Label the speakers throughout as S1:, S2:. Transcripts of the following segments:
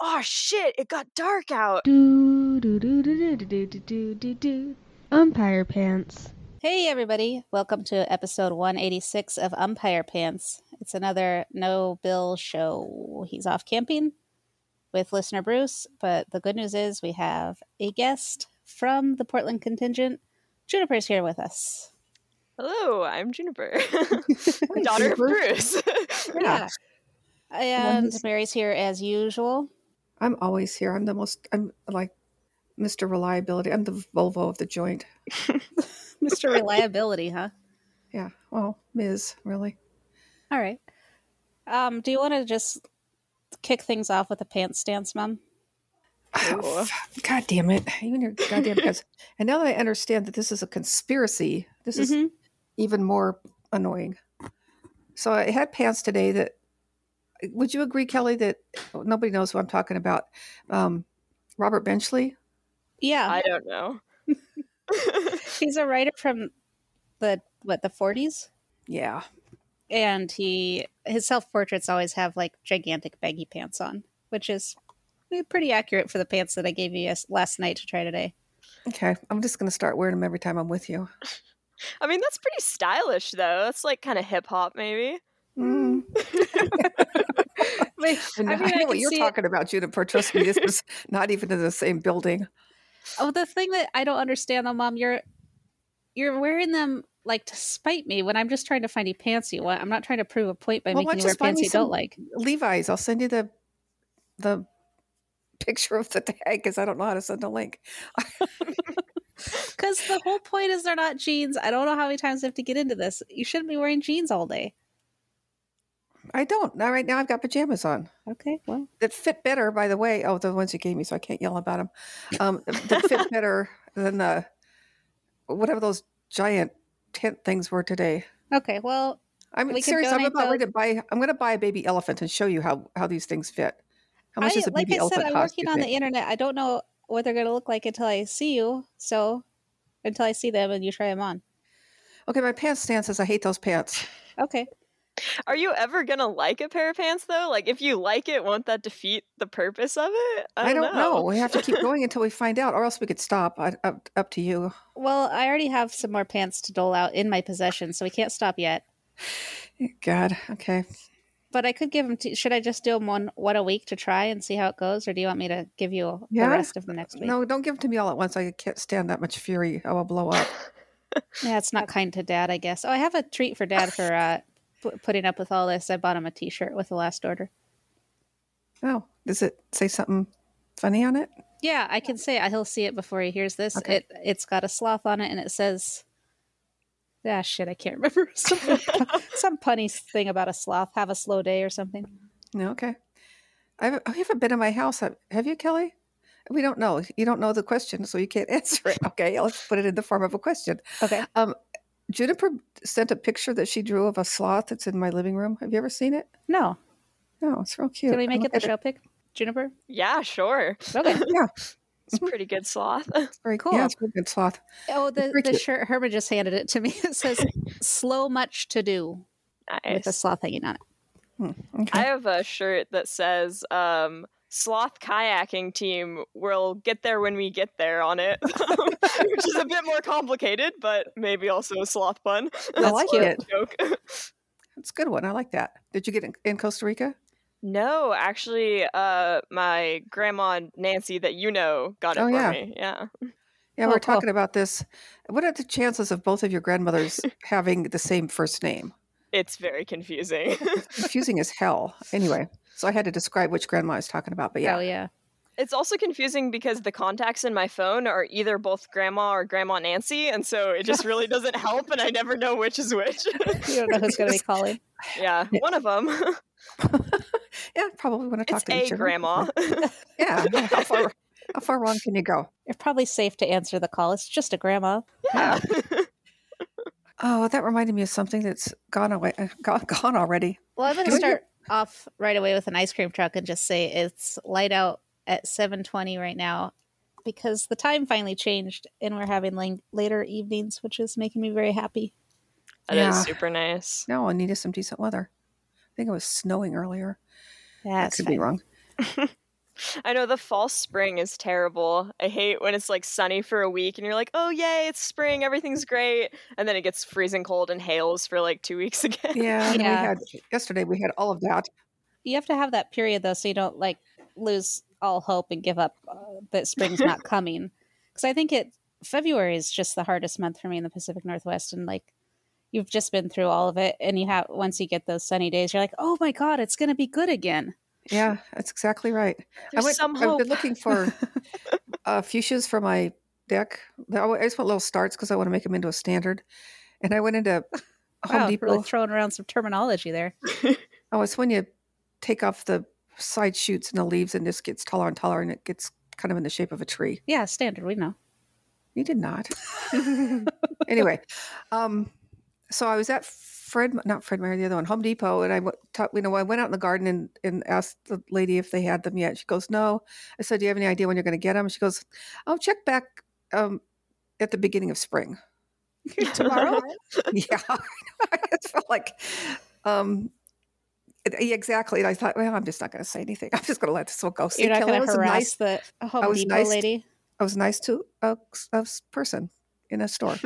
S1: oh shit, it got dark out.
S2: Do, do, do, do, do, do, do, do, do, do. Umpire pants.
S3: Hey, everybody. Welcome to episode 186 of Umpire Pants. It's another no Bill show. He's off camping with listener Bruce, but the good news is we have a guest from the Portland contingent. Juniper's here with us.
S1: Hello, I'm Juniper, daughter of Bruce.
S3: Yeah. And
S4: Wonderful.
S3: Mary's here as usual.
S4: I'm always here. I'm the most. I'm like Mr. Reliability. I'm the Volvo of the joint.
S3: Mr. Reliability, huh?
S4: Yeah. Well, Ms. Really.
S3: All right. Um, do you want to just kick things off with a pants stance, Mom?
S1: Ooh.
S4: God damn it! You and your goddamn guys. And now that I understand that this is a conspiracy, this is
S3: Mhm.
S4: even more annoying. So I had pants today that. Would you agree, Kelly, that oh, nobody knows who I'm talking about? Um, Robert Benchley.
S3: Yeah.
S1: I don't know.
S3: He's a writer from the what the 40s
S4: Yeah.
S3: and he his self-portraits always have like gigantic baggy pants on, which is pretty accurate for the pants that I gave you yes- last night to try today.
S4: Okay. I'm just going to start wearing them every time I'm with you.
S1: I mean, that's pretty stylish though. That's like kind of hip hop, maybe.
S4: Mm.
S3: Like,
S4: I,
S3: I
S4: know-
S3: mean,
S4: I
S3: I
S4: know what
S3: can
S4: you're
S3: see it.
S4: talking about, Juniper. Trust me, this is not even in the same building.
S3: oh, the thing that I don't understand though, Mom, you're you're wearing them like to spite me when I'm just trying to find you pants you want. I'm not trying to prove a point by
S4: Well, why
S3: making you wear
S4: just buy
S3: pants
S4: me
S3: you
S4: some-
S3: don't like.
S4: Levi's. I'll send you the the picture of the tag because I don't know how to send a link.
S3: Because the whole point is they're not jeans. I don't know how many times I have to get into this. You shouldn't be wearing jeans all day.
S4: I don't. Now, right now, I've got pajamas on
S3: Okay, well,
S4: that fit better. By the way, oh, the ones you gave me, so I can't yell about them. Um, that fit better than the whatever those giant tent things were today.
S3: okay, well,
S4: I'm
S3: We can
S4: serious. I'm
S3: donate
S4: about ready
S3: those.
S4: to buy. I'm going to buy a baby elephant and show you how how these things fit. How much
S3: I,
S4: does a
S3: like
S4: baby
S3: I said,
S4: elephant
S3: I'm
S4: cost?
S3: working on the internet. I don't know what they're going to look like until I see you. So, until I see them and you try them on.
S4: the okay. My pants stance is I hate those pants.
S3: Okay.
S1: Are you ever gonna like a pair of pants though? Like, if you like it, won't that defeat the purpose of it?
S4: I don't, know. We have to keep going until we find out, or else we could stop. I, up, up to you.
S3: Well, I already have some more pants to dole out in my possession, so we can't stop yet.
S4: God. Okay.
S3: But I could give them to. Should I just do 'em one one a week to try and see how it goes, or do you want me to give you
S4: Yeah.
S3: the rest of the next week?
S4: No, don't give them to me all at once. I can't stand that much fury. I will blow up.
S3: Yeah, it's not kind to dad, I guess. Oh, I have a treat for dad for uh, p- putting up with all this. I bought him a T-shirt with the last order.
S4: Oh, does it say something funny on it?
S3: Yeah, I can say it. he'll see it before he hears this.
S4: Okay.
S3: It it's got a sloth on it, and it says, "Ah, shit, I can't remember some some punny thing about a sloth. Have a slow day or something."
S4: No. Okay. I've, I haven't been in my house. Have, have you, Kelly? We don't know. You don't know the question, so you can't answer it. Okay. Let's put it in the form of a question.
S3: Okay,
S4: Juniper sent a picture that she drew of a sloth that's in my living room. Have you ever seen it?
S3: no,
S4: No, it's real cute.
S3: can we
S4: I
S3: make
S4: look
S3: it the
S4: at
S3: show pick, Juniper?
S1: Yeah, sure.
S3: Okay.
S1: It's pretty good sloth.
S4: It's very cool.
S3: Cool.
S4: Yeah, it's a good sloth.
S3: Oh, the the
S4: Pretty cute.
S3: shirt Herman just handed it to me. It says, "Slow much to do" with a
S1: Nice.
S3: sloth hanging on it.
S4: Okay.
S1: I have a shirt that says um, "Sloth Kayaking Team." We'll get there when we get there on it, which is a bit more complicated, but maybe also a sloth pun.
S4: I like
S3: cute.
S4: it.
S1: Joke.
S4: It's a good one. I like that. Did you get it in Costa Rica?
S1: No, actually, uh, my grandma Nancy that you know got it
S4: Oh,
S1: for
S4: yeah.
S1: me. Yeah,
S4: Yeah,
S3: Oh,
S4: we we're
S3: cool.
S4: talking about this. What are the chances of both of your grandmothers having the same first name?
S1: it's very confusing.
S4: Confusing as hell. Anyway, so I had to describe which grandma I was talking about, but yeah.
S3: Oh yeah.
S1: It's also confusing because the contacts in my phone are either both grandma or grandma Nancy, and so it just really doesn't help, and I never know which is which.
S3: You don't know who's going to be calling.
S1: yeah, one of them.
S4: Yeah, I probably want to talk
S1: It's
S4: to each
S1: a
S4: other.
S1: grandma.
S4: Yeah. How far, how far wrong can you go?
S3: You're probably safe to answer the call. It's just a grandma.
S1: Yeah.
S4: Oh, that reminded me of something that's gone away, uh, gone, gone already.
S3: Well, I'm going
S4: Do
S3: to
S4: we
S3: start off right away with an ice cream truck and just say it's light out at 7:20 right now because the time finally changed and we're having lang- later evenings, which is making me very happy.
S1: That is
S4: Yeah.
S1: super nice.
S4: No, I needed some decent weather. I think it was snowing earlier. I
S3: That's
S4: could be wrong.
S1: I know the false spring is terrible. I hate when it's like sunny for a week and you're like, oh, yay, it's spring, everything's great. And then it gets freezing cold and hails for like two weeks again.
S4: Yeah, and
S3: Yeah.
S4: We had yesterday we had all of that.
S3: You have to have that period though, so you don't like lose all hope and give up uh, that spring's not coming. Because I think it February is just the hardest month for me in the Pacific Northwest, and like you've just been through all of it, and you have once you get those sunny days, you're like, oh my god, it's gonna be good again.
S4: Yeah, that's exactly right.
S1: There's
S4: I went,
S1: some
S4: I've
S1: hope.
S4: been looking for uh, fuchsias for my deck. I wa- I just want little starts because I want to make them into a standard. And I went into Home
S3: Wow,
S4: Depot.
S3: really throwing around some terminology there.
S4: Oh, it's when you take off the side shoots and the leaves and this gets taller and taller and it gets kind of in the shape of a tree.
S3: Yeah, standard. We know.
S4: You did not. anyway, um, so I was at Fred, not Fred Meyer, the other one, Home Depot, and I went, ta- you know, I went out in the garden and, and asked the lady if they had them yet. She goes, "No." I said, "Do you have any idea when you're going to get them?" She goes, "Oh, check back um, at the beginning of spring."
S3: Tomorrow.
S4: yeah, I just felt like, um, yeah, exactly. And I thought, well, I'm just not going to say anything. I'm just going to let this one go. See,
S3: You're not
S4: Kelly, I
S3: going to
S4: was a
S3: harass
S4: nice,
S3: the Home
S4: I was
S3: Depot
S4: nice to-
S3: lady.
S4: I was nice to a, a person in a store.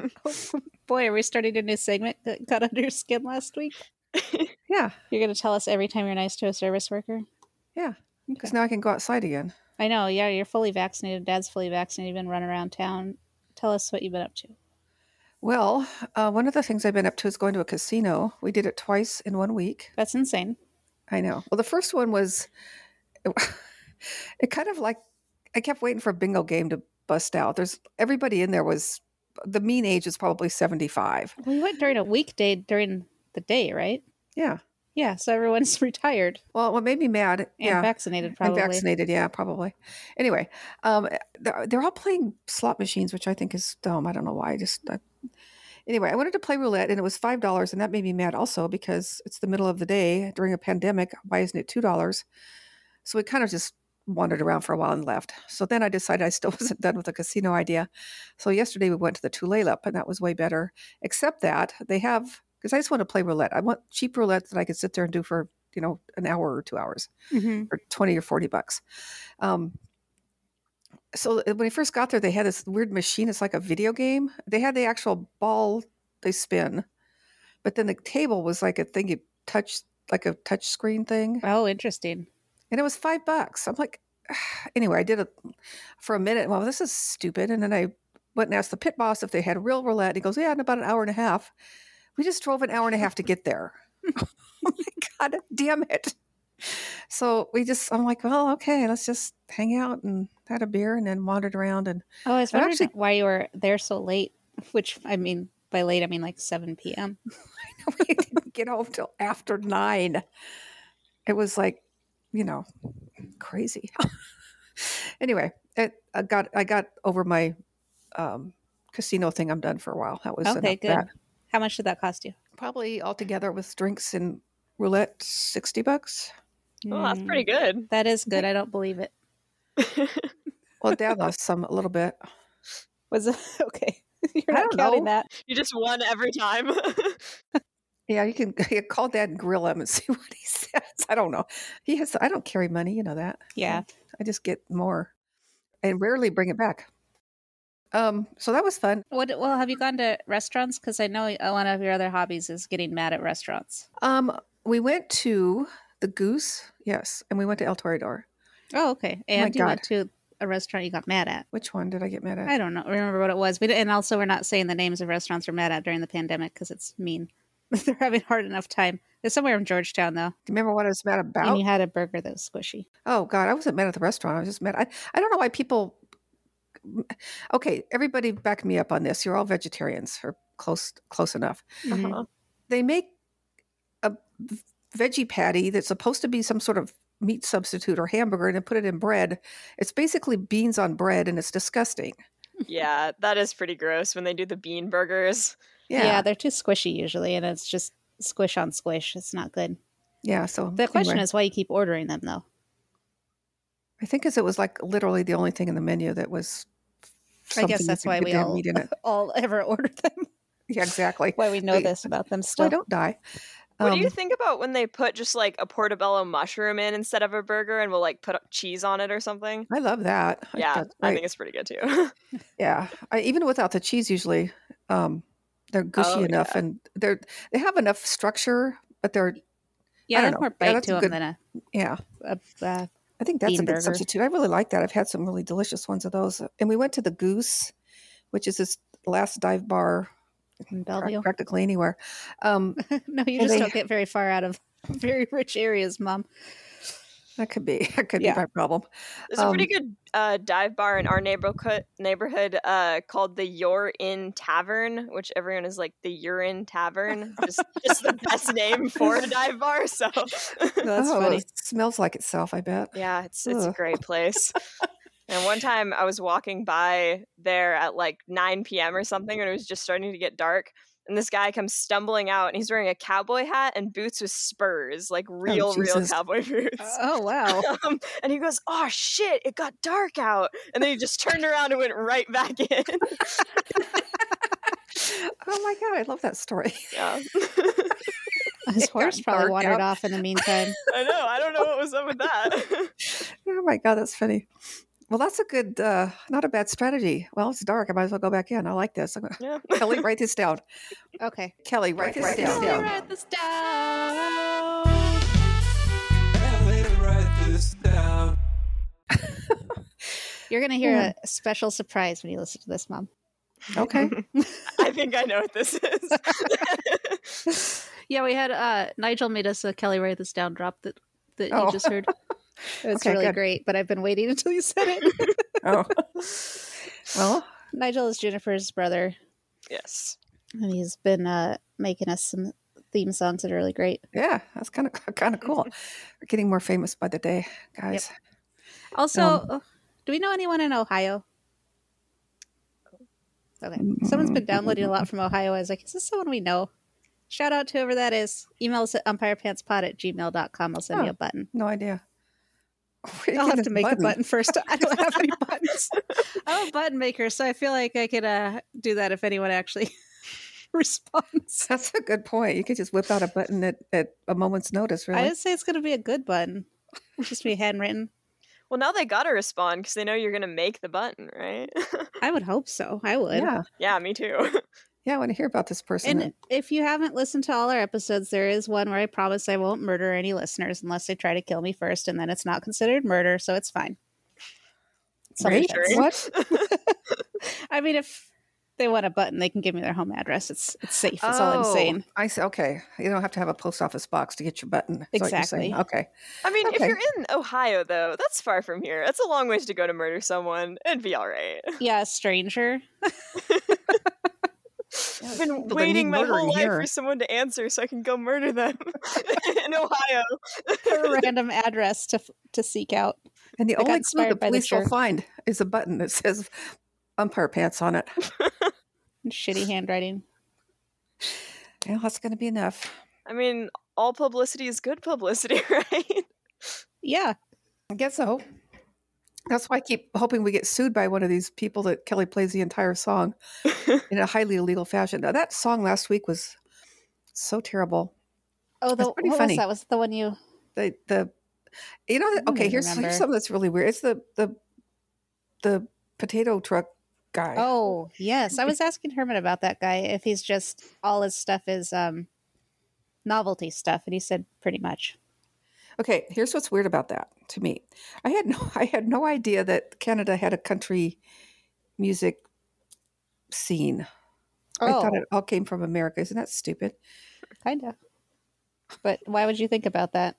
S3: Boy, are we starting a new segment that got under your skin last week?
S4: yeah,
S3: You're going to tell us every time you're nice to a service worker?
S4: because now I can go outside again.
S3: I know. Yeah, you're fully vaccinated. Dad's fully vaccinated. You've been running around town. Tell us what you've been up to.
S4: Well, uh, one of the things I've been up to is going to a casino. We did it twice in one week.
S3: That's insane.
S4: I know. Well, the first one was, it kind of like I kept waiting for a bingo game to bust out. There's everybody in there was the mean age is probably 75.
S3: We went during a weekday during the day, right?
S4: Yeah.
S3: Yeah. So everyone's retired
S4: Well, what made me mad?
S3: and
S4: yeah.
S3: vaccinated,
S4: I'm
S3: probably.
S4: vaccinated. Yeah, probably. Anyway, um, they're, they're all playing slot machines, which I think is dumb. I don't know why. I just I, anyway, I wanted to play roulette, and it was five dollars, and that made me mad also because it's the middle of the day during a pandemic. Why isn't it two dollars? So we kind of just wandered around for a while and left. So then I decided I still wasn't done with the casino idea. So yesterday we went to the Tulalip, and that was way better. Except that they have because I just want to play roulette. I want cheap roulette that I could sit there and do for you know an hour or two hours
S3: Mhm.
S4: or 20 or 40 bucks. Um, so uh, when we first got there, they had this weird machine. It's like a video game. They had the actual ball they spin, but then the table was like a thing you touch, like a touch screen thing.
S3: Oh, interesting.
S4: And it was five bucks. I'm like, anyway, I did it for a minute. Well, this is stupid. And then I went and asked the pit boss if they had real roulette. And he goes, yeah, in about an hour and a half. We just drove an hour and a half to get there. oh my God, damn it. So we just, I'm like, well, okay, let's just hang out and had a beer and then wandered around. And
S3: Oh, I was
S4: I've
S3: wondering
S4: actually-
S3: why you were there so late, which I mean, by late, I mean like 7 p.m.
S4: we didn't get home till after nine. It was like, you know, crazy. anyway, it, I got I got over my um, casino thing. I'm done for a while. That was
S3: Okay,
S4: enough
S3: good.
S4: That.
S3: How much did that cost you?
S4: Probably altogether with drinks and roulette, sixty bucks.
S1: Oh, that's
S3: Mm.
S1: pretty good.
S3: That is good. I don't believe it.
S4: Well, Dad lost some a little bit.
S3: Was it okay? You're
S4: I
S3: not
S4: don't
S3: counting
S4: know.
S3: that.
S1: You just won every time.
S4: Mm-hmm. Yeah, you can you call Dad and grill him and see what he says. I don't know. He has. I don't carry money. You know that.
S3: Yeah.
S4: I just get more, and rarely bring it back. Um. So that was fun.
S3: What? Well, have you gone to restaurants? Because I know uh, one of your other hobbies is getting mad at restaurants.
S4: Um, we went to the Goose, yes, and we went to El Toreador.
S3: Oh, okay. And you went to a restaurant you got mad at.
S4: Which one did I get mad at?
S3: I don't know. Remember what it was. We, d- and also, we're not saying the names of restaurants we're mad at during the pandemic because it's mean. They're having a hard enough time. It's somewhere in Georgetown, though.
S4: Do you remember what I was mad
S3: And
S4: about?
S3: you had a burger that was squishy.
S4: oh God, I wasn't mad at the restaurant. I was just mad. I, I don't know why people. Okay, everybody, back me up on this. You're all vegetarians, or close close enough.
S3: Mhm.
S1: Uh-huh.
S4: they make a v- veggie patty that's supposed to be some sort of meat substitute or hamburger and then put it in bread. It's basically beans on bread and it's disgusting.
S1: yeah, that is pretty gross when they do the bean burgers.
S3: Yeah.
S4: Yeah.
S3: they're too squishy usually, and it's just squish on squish. It's not good.
S4: Yeah, so
S3: The question
S4: anyway.
S3: is why you keep ordering them, though.
S4: I think as it was like literally the only thing in the menu that was.
S3: I guess
S4: something
S3: that's
S4: with
S3: why
S4: good
S3: we
S4: damn
S3: all
S4: meat in it.
S3: all ever order them.
S4: Yeah, exactly.
S3: Why we know
S4: We-
S3: this about them
S4: So I
S3: still.
S4: don't die.
S1: What do you
S4: Um,
S1: think about when they put just like a portobello mushroom in instead of a burger and will like put cheese on it or something?
S4: I love that. I think
S1: Yeah,
S4: that's
S1: I
S4: great.
S1: think it's pretty good too.
S4: Yeah, I, even without the cheese, usually um, they're gushy
S1: Oh,
S4: enough, and they're they have enough structure, but they're
S3: Yeah,
S4: I
S3: they have
S4: don't know.
S3: more
S4: Yeah,
S3: bite
S4: that's
S3: to
S4: a
S3: them
S4: good-
S3: than a.
S4: yeah.
S3: a, a
S4: I think that's
S3: Bean
S4: a good
S3: burger.
S4: substitute. I really like that. I've had some really delicious ones of those. And we went to the Goose, which is this last dive bar
S3: in
S4: prac-
S3: Bellevue.
S4: practically anywhere. Um,
S3: no, you
S4: Well,
S3: just
S4: they-
S3: don't get very far out of very rich areas, Mom.
S4: that could be that could
S3: Yeah.
S4: be my problem.
S1: There's
S3: Um,
S1: a pretty good uh, dive bar in our neighborhood neighborhood uh, called the You're In Tavern, which everyone is like the Urine Tavern, just just the best name for a dive bar. So
S3: That's
S4: Oh,
S3: funny.
S4: It smells like itself. I bet.
S1: yeah, it's it's a
S4: Ugh.
S1: great place. And one time I was walking by there at like 9 p.m. or something, and it was just starting to get dark. And this guy comes stumbling out, and he's wearing a cowboy hat and boots with spurs, like real, real
S4: Jesus.
S1: cowboy boots.
S3: Oh wow.
S1: Um, and he goes, "Oh shit! It got dark out." And then he just turned around and went right back in.
S4: Oh my god, I love that story.
S1: Yeah,
S3: His
S4: It got
S3: horse probably
S4: dark
S3: wandered
S4: out.
S3: off in the meantime.
S1: I know. I don't know what was up with that.
S4: Oh my god, that's funny. Well, that's a good, uh, not a bad strategy. Well, it's dark. I might as well go back in. I like this. I'm gonna,
S1: yeah.
S4: Kelly, write this down.
S3: Okay.
S4: Kelly, write this down.
S3: You're gonna hear
S4: Yeah.
S3: a special surprise when you listen to this, Mom.
S4: Okay.
S1: I think I know what this is.
S3: Yeah, we had uh Nigel made us a Kelly write this down drop that that
S4: Oh.
S3: you just heard. It was
S4: Okay,
S3: really
S4: good.
S3: great, but I've been waiting until you said it.
S4: Oh. Well,
S3: Nigel is Juniper's brother,
S1: yes.
S3: and he's been uh making us some theme songs that are really great.
S4: yeah, that's kind of kind of cool. We're getting more famous by the day, guys.
S3: Also,
S4: Um,
S3: uh, do we know anyone in Ohio? Okay. Someone's been downloading a lot from Ohio. I was like, is this someone we know? Shout out to whoever that is. Email us at umpirepantspod at gmail.com. I'll send you
S4: Huh.
S3: a button.
S4: No idea. Where Oh, you
S3: I'll have
S4: get this
S3: to make a button first. I don't have any buttons. I'm a button maker, so I feel like I could uh, do that if anyone actually responds.
S4: That's a good point. You could just whip out a button at, at a moment's notice, really.
S3: I would say it's going to be a good button. It's just be handwritten.
S1: Well, now they gotta respond because they know you're gonna make the button, right?
S3: I would hope so. I would.
S4: yeah.
S1: yeah, me too.
S4: Yeah, I want to hear about this person.
S3: And if you haven't listened to all our episodes, there is one where I promise I won't murder any listeners unless they try to kill me first, and then it's not considered murder, so it's fine. Somebody
S4: Great.
S3: does.
S4: What?
S3: I mean, if they want a button, they can give me their home address. It's it's safe. That's all I'm
S1: Oh.
S3: saying.
S4: I say, okay, you don't have to have a post office box to get your button. is what you're saying.
S3: Exactly.
S4: Okay.
S1: I mean, if
S4: Okay.
S1: you're in Ohio, though, that's far from here. That's a long ways to go to murder someone and be all right.
S3: Yeah, a stranger.
S1: I've been
S4: they
S1: waiting
S4: need
S1: my
S4: murdering
S1: whole life
S4: here.
S1: for someone to answer so I can go murder them in Ohio.
S3: a random address to f- to seek out.
S4: And the
S3: I got
S4: only clue the
S3: inspired by the
S4: police will
S3: shirt.
S4: find is a button that says umpire pants on it.
S3: Shitty handwriting.
S4: Well, that's going to be enough.
S1: I mean, all publicity is good publicity, right?
S3: Yeah,
S4: I guess so. That's why I keep hoping we get sued by one of these people that Kelly plays the entire song in a highly illegal fashion. Now, that song last week was so terrible.
S3: Oh, the
S4: That's
S3: what
S4: pretty
S3: was
S4: funny.
S3: that? Was it the one you?
S4: the the you know
S3: don't
S4: okay
S3: even
S4: here's,
S3: remember.
S4: here's something that's really weird it's the the the potato truck guy
S3: Oh, yes. I was asking Herman about that guy if he's just all his stuff is um novelty stuff, and he said pretty much.
S4: okay here's what's weird about that to me i had no i had no idea that canada had a country music scene i
S3: Oh,
S4: thought it all came from america isn't that stupid
S3: kind of. But why would you think about that?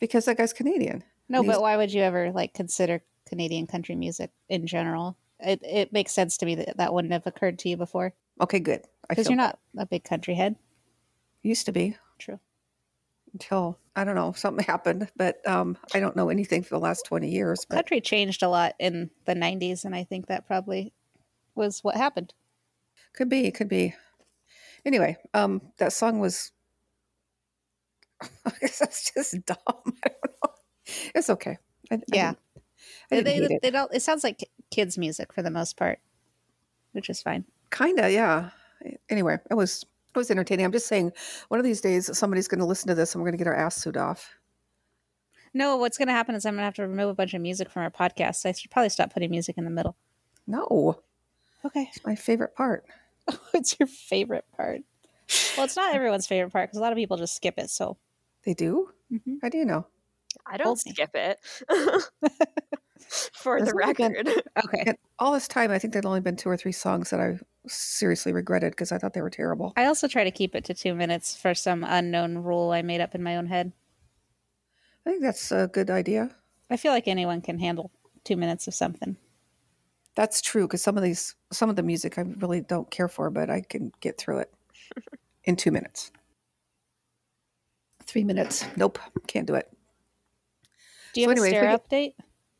S4: because that guy's canadian
S3: No,
S4: He's-
S3: but why would you ever like consider Canadian country music in general? It it makes sense to me that that wouldn't have occurred to you before
S4: okay good I
S3: because
S4: feel
S3: you're not a big country head.
S4: used to be
S3: True.
S4: until i don't know something happened but um i don't know anything for the last 20 years but
S3: country changed a lot in the 90s and i think that probably was what happened
S4: Could be, could be. Anyway, um, that song was that's just dumb. I don't know. It's okay. I, I
S3: Yeah.
S4: didn't- I didn't
S3: they,
S4: hate
S3: they,
S4: it.
S3: they don't it sounds like kids music for the most part which is fine
S4: Kinda, yeah. Anyway, it was it it was entertaining. I'm just saying, one of these days somebody's going to listen to this, and we're going to get our ass sued off.
S3: No, what's going to happen is I'm going to have to remove a bunch of music from our podcast. I should probably stop putting music in the middle.
S4: No,
S3: Okay.
S4: it's my favorite part.
S3: What's your favorite part? Well, it's not everyone's favorite part because a lot of people just skip it. So
S4: They do.
S3: Mhm.
S4: How do you know?
S1: I don't
S3: Hold me.
S1: skip it. For the
S4: That's not good.
S1: record.
S3: okay,
S4: And all this time, I think there'd only been two or three songs that I seriously regretted because I thought they were terrible.
S3: I also try to keep it to two minutes for some unknown rule I made up in my own head.
S4: I think that's a good idea.
S3: I feel like anyone can handle two minutes of something.
S4: That's true because some of these, some of the music I really don't care for, but I can get through it in two minutes. Three minutes. Nope, can't do it.
S3: Do you
S4: So
S3: have
S4: anyway, if
S3: a
S4: we
S3: stair
S4: get-
S3: update?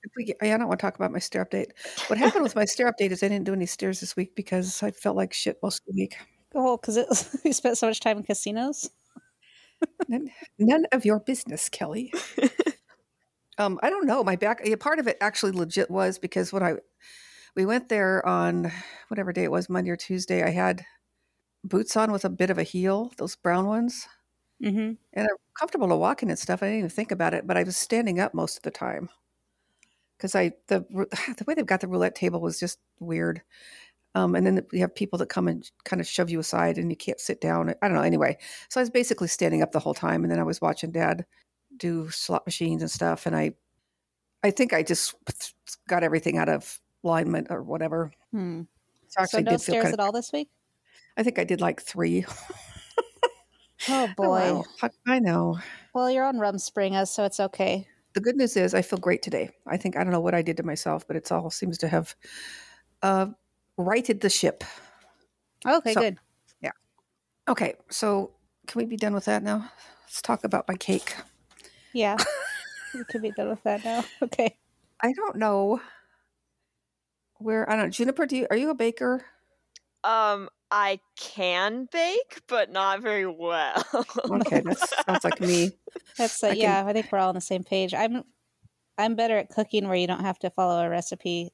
S4: If we get, I don't want to talk about my stair update. What happened with my stair update is I didn't do any stairs this week because I felt like shit most of the week.
S3: Oh, because we spent so much time in casinos.
S4: None, none of your business, Kelly. um, I don't know. My back. Yeah, part of it actually legit was because when I we went there on whatever day it was, Monday or Tuesday, I had boots on with a bit of a heel, those brown ones,
S3: Mm-hmm.
S4: and I'm comfortable to walk in and stuff. I didn't even think about it, but I was standing up most of the time because I the rou- the way they've got the roulette table was just weird. Um, and then we have people that come and kind of shove you aside, and you can't sit down. I don't know. Anyway, so I was basically standing up the whole time, and then I was watching Dad do slot machines and stuff, and I, I think I just got everything out of alignment or whatever.
S3: Hmm.
S4: So I
S3: So
S4: actually
S3: no
S4: did feel
S3: stairs
S4: kind
S3: at
S4: of,
S3: all this week.
S4: I think I did like three.
S3: Oh
S4: Oh,
S3: boy.
S4: wow. I I know.
S3: Well, you're on Rumspringa, so it's okay.
S4: the good news is I feel great today. I think I don't know what I did to myself, but it's all seems to have uh, righted the ship.
S3: Okay,
S4: So-
S3: good.
S4: Okay, so can we be done with that now? Let's talk about my cake.
S3: Yeah. we could be done with that now. Okay.
S4: I don't know where I don't. Juniper, do you, are you a baker?
S1: um I can bake, but not very well.
S4: Okay, that sounds like me.
S3: That's
S4: I
S3: uh,
S4: can-
S3: yeah, I think we're all on the same page. I'm I'm better at cooking where you don't have to follow a recipe.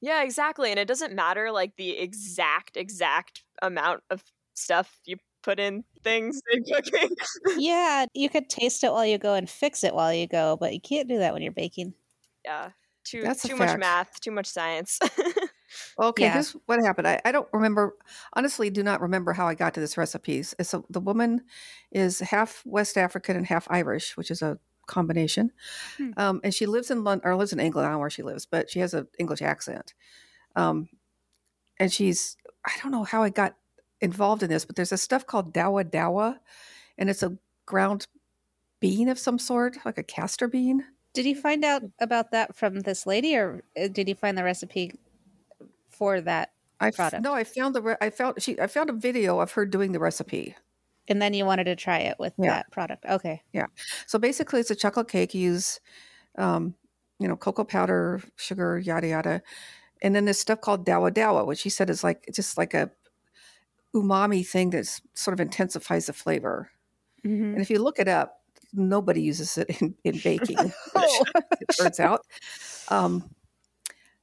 S1: yeah, exactly. And it doesn't matter like the exact, exact amount of stuff you put in things in cooking.
S3: yeah, you could taste it while you go and fix it while you go, but you can't do that when you're baking.
S1: yeah. Too
S4: That's a
S1: too much
S4: fact.
S1: math, too much science.
S4: Okay,
S3: Yeah.
S4: here's what happened. I, I don't remember, honestly, do not remember how I got to this recipes. So the woman is half West African and half Irish, which is a combination.
S3: Hmm.
S4: Um, and she lives in London, or lives in England. I don't know where she lives, but she has an English accent. Um, and she's, I don't know how I got involved in this, but there's a stuff called dawa dawa, and it's a ground bean of some sort, like a castor bean.
S3: Did you find out about that from this lady or uh, did you find the recipe for that
S4: I
S3: Product.
S4: no, I found the re- I found she I found a video of her doing the recipe.
S3: and then you wanted to try it with
S4: Yeah.
S3: that product? Okay.
S4: So basically, it's a chocolate cake. You use, um, you know, cocoa powder, sugar, yada yada, and then this stuff called dawa dawa, which he said is like it's just like a umami thing that sort of intensifies the flavor.
S3: Mhm.
S4: And if you look it up, nobody uses it in, in baking.
S3: Oh.
S4: it turns out. Um,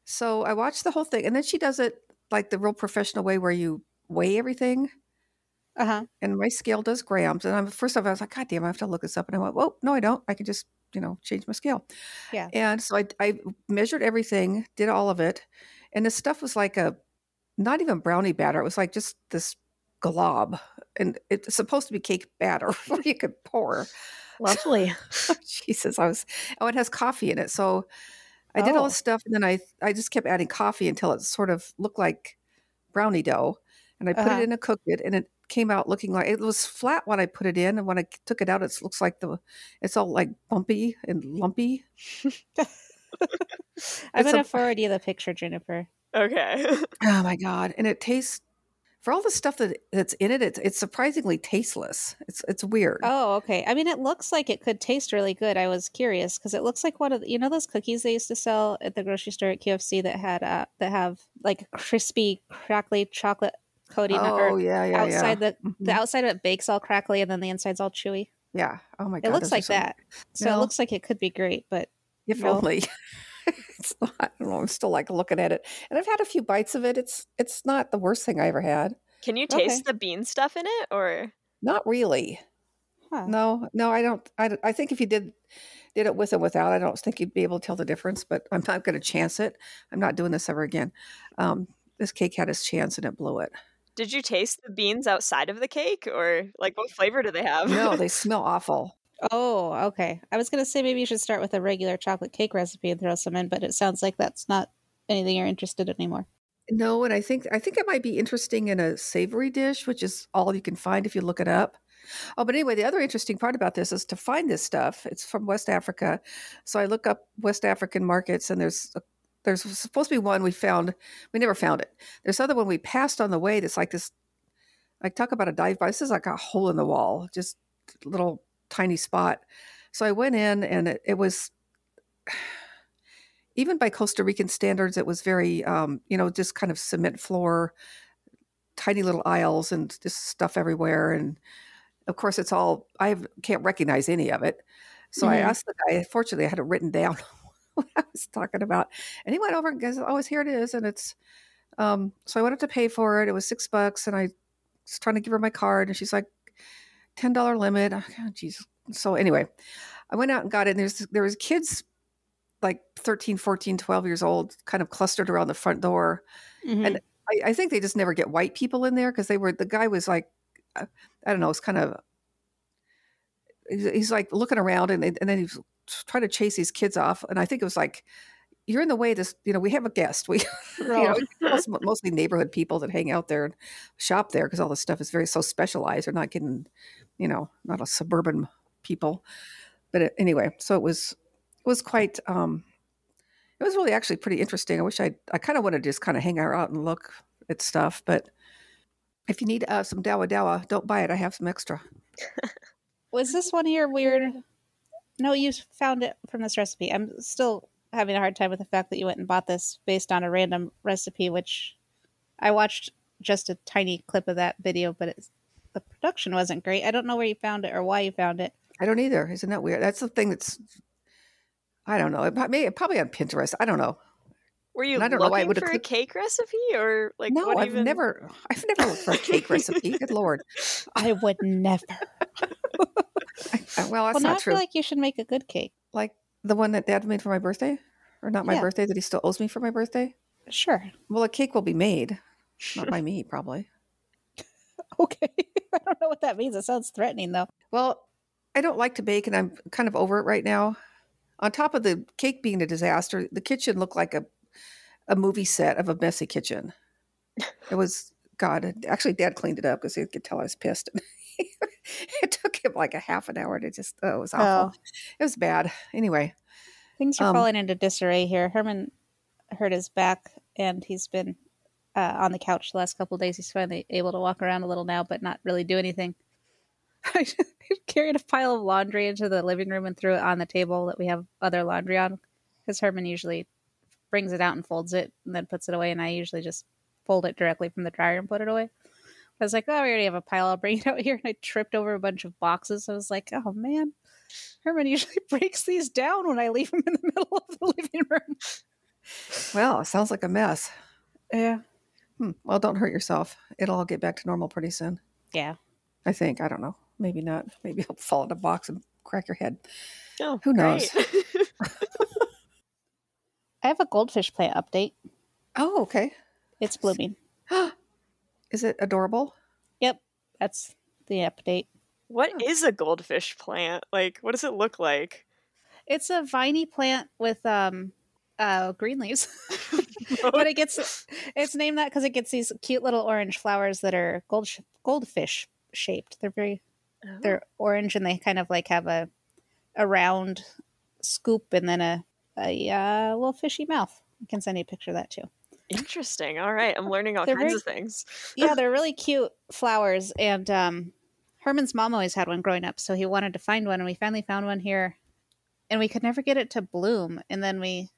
S4: so I watched the whole thing, and then she does it like the real professional way, where you weigh everything
S3: Uh-huh.
S4: and my scale does grams. And I'm first off, I was like, God damn, I have to look this up. And I went, Whoa, no, I don't. I can just, you know, change my scale.
S3: Yeah.
S4: And so I, I measured everything, did all of it, and this stuff was like a not even brownie batter. It was like just this glob, and it's supposed to be cake batter where you could pour.
S1: Lovely.
S4: Jesus, I was. Oh, it has coffee in it. So I did all
S3: Oh.
S4: this stuff, and then I I just kept adding coffee until it sort of looked like brownie dough. And I put
S3: Uh-huh.
S4: it in and cooked it, and it came out looking like it was flat when I put it in, and when I took it out, it looks like the it's all like bumpy and lumpy.
S3: I'm
S4: It's a-
S3: going to forward you the picture, Juniper.
S1: okay.
S4: Oh my god! And it tastes for all the stuff that that's in it, it's it's surprisingly tasteless. It's it's weird.
S3: Oh, okay. I mean, it looks like it could taste really good. I was curious because it looks like one of the, you know those cookies they used to sell at the grocery store at QFC that had uh, that have like crispy, crackly chocolate coating
S4: Oh,
S3: or
S4: yeah, yeah,
S3: outside the
S4: yeah.
S3: the
S4: Mhm.
S3: outside of it bakes all crackly and then the inside's all chewy.
S4: yeah. Oh my
S3: It
S4: god!
S3: looks
S4: those are
S3: like
S4: so-
S3: that. So it
S4: No.
S3: looks like it could be great, but
S4: If
S3: No.
S4: only. it's not. I don't know, I'm still like looking at it, and I've had a few bites of it. It's it's not the worst thing I ever had.
S1: Can you
S4: Okay.
S1: taste the bean stuff in it or
S4: Not really.
S3: Huh.
S4: No, no, I don't. I, don't- I think if you did did it with and without, I don't think you'd be able to tell the difference. But I'm not going to chance it. I'm not doing this ever again. Um, this cake had its chance and it blew it.
S1: did you taste the beans outside of the cake or like what flavor do they have?
S4: No, they smell awful.
S3: Oh, okay. I was gonna say maybe you should start with a regular chocolate cake recipe and throw some in, but it sounds like that's not anything you're interested in anymore.
S4: No, and I think I think it might be interesting in a savory dish, which is all you can find if you look it up. Oh, but anyway, the other interesting part about this is to find this stuff. It's from West Africa, so I look up West African markets, and there's a, there's supposed to be one we found. We never found it. There's other one we passed on the way. That's like this, like talk about a dive bar. This is like a hole in the wall, just little tiny spot. So I went in, and it, it was even by Costa Rican standards, it was very, um, you know, just kind of cement floor, tiny little aisles, and just stuff everywhere. And of course, it's all I have- can't recognize any of it. So I
S3: Mhm.
S4: asked the guy. Fortunately, I had it written down what I was talking about, and he went over and goes, "Oh, it's here it is," and it's. Um, so I went up to pay for it. It was six bucks, and I was trying to give her my card, and she's like, ten dollar limit. Oh, God, jeez. So anyway, I went out and got it. And there's there was kids like 13, 14, 12 years old, kind of clustered around the front door.
S3: Mhm.
S4: I, I think they just never get white people in there because they were the guy was like, uh, I don't know, it's kind of he's, he's like looking around and, they- and then he's trying to chase these kids off. And I think it was like, you're in the way. This, you know, we have a guest. We, you know, most- mostly neighborhood people that hang out there and shop there because all this stuff is very so specialized. They're not getting, you know, not a suburban people. But it, anyway, so it was it was quite um it was really actually pretty interesting. I wish I I kind of want to just kind of hang out and look at stuff, but if you need uh, some dawa dawa, don't buy it. I have some extra.
S3: Was this one of your weird? No, you found it from this recipe. I'm still having a hard time with the fact that you went and bought this based on a random recipe, which I watched just a tiny clip of that video, but it's, the production wasn't great. I don't know where you found it or why you found it.
S4: I don't either. Isn't that weird? That's the thing that's I don't know. It prob- may probably on Pinterest. I don't know.
S1: Were you
S4: And I don't know why I
S1: looking
S4: would've
S1: for a
S4: clicked-
S1: cake recipe or like
S4: no,
S1: what
S4: I've
S1: even-
S4: never I've never looked for a cake recipe. Good lord.
S3: I would never.
S4: Uh, Well, that's
S3: well, now
S4: not
S3: I feel
S4: true. Like...
S3: like you should make a good cake.
S4: the one that Dad made for my birthday, or not my
S3: Yeah.
S4: birthday that he still owes me for my birthday.
S3: Sure.
S4: Well, a cake will be made, not by me probably.
S3: Okay. I don't know what that means. It sounds threatening, though.
S4: Well, I don't like to bake, and I'm kind of over it right now. On top of the cake being a disaster, the kitchen looked like a a movie set of a messy kitchen. It was God. Actually, Dad cleaned it up because he could tell I was pissed. it took him like a half an hour to just. Oh, it was awful. It was bad. Anyway,
S3: Things are
S4: Um,
S3: falling into disarray here. Herman hurt his back, and he's been uh, on the couch the last couple of days. He's finally able to walk around a little now, but not really do anything. I carried a pile of laundry into the living room and threw it on the table that we have other laundry on, because Herman usually brings it out and folds it and then puts it away, and I usually just fold it directly from the dryer and put it away. I was like, oh, we already have a pile. I'll bring it out here. And I tripped over a bunch of boxes. I was like, oh, man. Herman usually breaks these down when I leave them in the middle of the living room.
S4: well, it sounds like a mess.
S3: Yeah.
S4: Hmm. Well, don't hurt yourself. It'll all get back to normal pretty soon.
S3: Yeah.
S4: I think. I don't know. Maybe not. Maybe I'll fall in a box and crack your head.
S1: Oh,
S4: Who knows?
S1: great.
S3: I have a goldfish plant update.
S4: Oh, okay.
S3: It's blooming.
S4: Is it adorable?
S3: Yep. That's the update.
S1: What is a goldfish plant? Like, what does it look like?
S3: It's a viney plant with um uh green leaves. but it gets it's named that because it gets these cute little orange flowers that are gold goldfish shaped. They're very they're orange and they kind of like have a a round scoop and then a a uh, little fishy mouth. I can send you a picture of that too.
S1: Interesting. All right, I'm learning all
S3: They're
S1: kinds
S3: very-
S1: of things.
S3: yeah, they're really cute flowers. And um, Herman's mom always had one growing up, so he wanted to find one, and we finally found one here, and we could never get it to bloom, and then we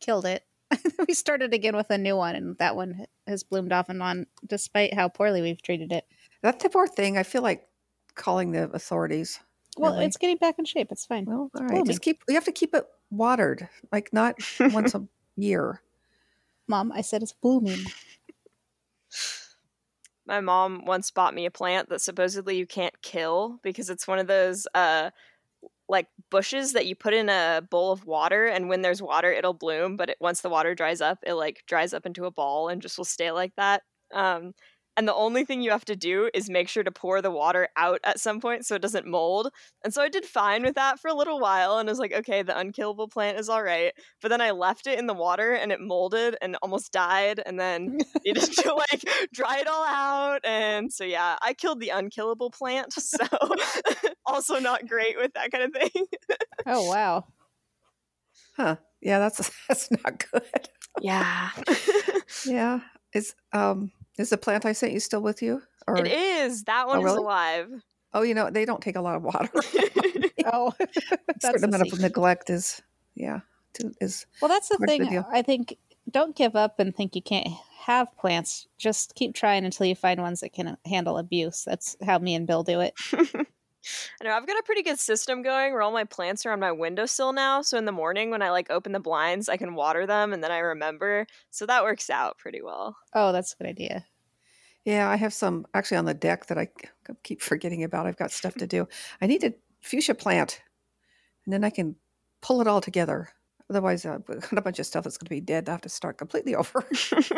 S3: killed it. we started again with a new one, and that one has bloomed off and on, despite how poorly we've treated it.
S4: That the poor thing. I feel like calling the authorities.
S3: Well,
S4: Really?
S3: it's getting back in shape. It's fine.
S4: Well, all right.
S3: blooming.
S4: Just keep. You have to keep it watered, like not once a year.
S3: Mom, I said it's blooming.
S1: My mom once bought me a plant that supposedly you can't kill because it's one of those uh like bushes that you put in a bowl of water and when there's water it'll bloom but it, once the water dries up it like dries up into a ball and just will stay like that um, and the only thing you have to do is make sure to pour the water out at some point so it doesn't mold and so i did fine with that for a little while and was like okay the unkillable plant is all right but then i left it in the water and it molded and almost died and then needed to like dry it all out and so yeah i killed the unkillable plant so also not great with that kind of thing
S3: Oh wow.
S4: Huh. Yeah, that's that's not good.
S1: yeah
S4: Yeah. Is um is the plant I sent you still with you? Or
S1: it is that one
S4: really?
S1: is alive
S4: oh, you know, they don't take a lot of water.
S3: Oh, that's
S4: Certain
S3: the
S4: amount of
S3: secret.
S4: neglect is yeah. To, is
S3: Well, that's the
S4: What's the
S3: thing.
S4: deal?
S3: I think don't give up and think you can't have plants. Just keep trying until you find ones that can handle abuse. That's how me and Bill do it.
S1: I know I've got a pretty good system going where all my plants are on my windowsill now. So in the morning when I like open the blinds, I can water them and then I remember. So that works out pretty well.
S3: Oh, that's a good idea.
S4: yeah, I have some actually on the deck that I c- keep forgetting about. I've got stuff to do. I need a fuchsia plant, and then I can pull it all together. Otherwise, uh, I've got a bunch of stuff that's going to be dead. I have to start completely over. it's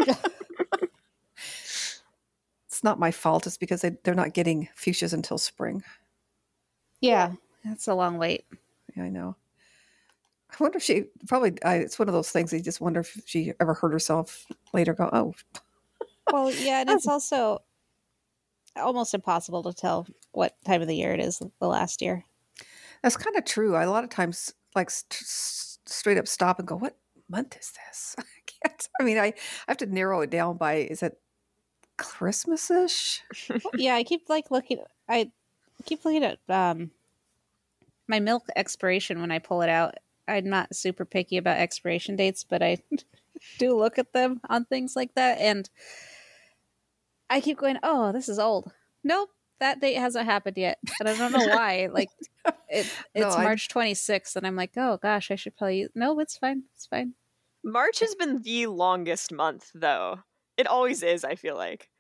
S4: not my fault. It's because they, they're not getting fuchsias until spring.
S3: Yeah, that's a long wait.
S4: Yeah, I know. I wonder if she probably. I, it's one of those things. I just wonder if she ever heard herself later go, "Oh,
S3: Well, yeah, and it's also almost impossible to tell what time of the year it is the last year.
S4: that's kind of true." I, a lot of times, like st- s straight up, stop and go, "What month is this?" I can't. I mean, I, I have to narrow it down by is it Christmas ish?
S3: yeah, I keep like looking. I keep looking at um my milk expiration when I pull it out. I'm not super picky about expiration dates, but I do look at them on things like that, and I keep going, "Oh, this is old." Nope, that date hasn't happened yet, and I don't know why. Like it,
S4: No,
S3: it's
S4: I-
S3: March 26th, and I'm like, "Oh gosh, I should probably." Use... No, it's fine. It's fine.
S1: March has been the longest month though. It always is, I feel like.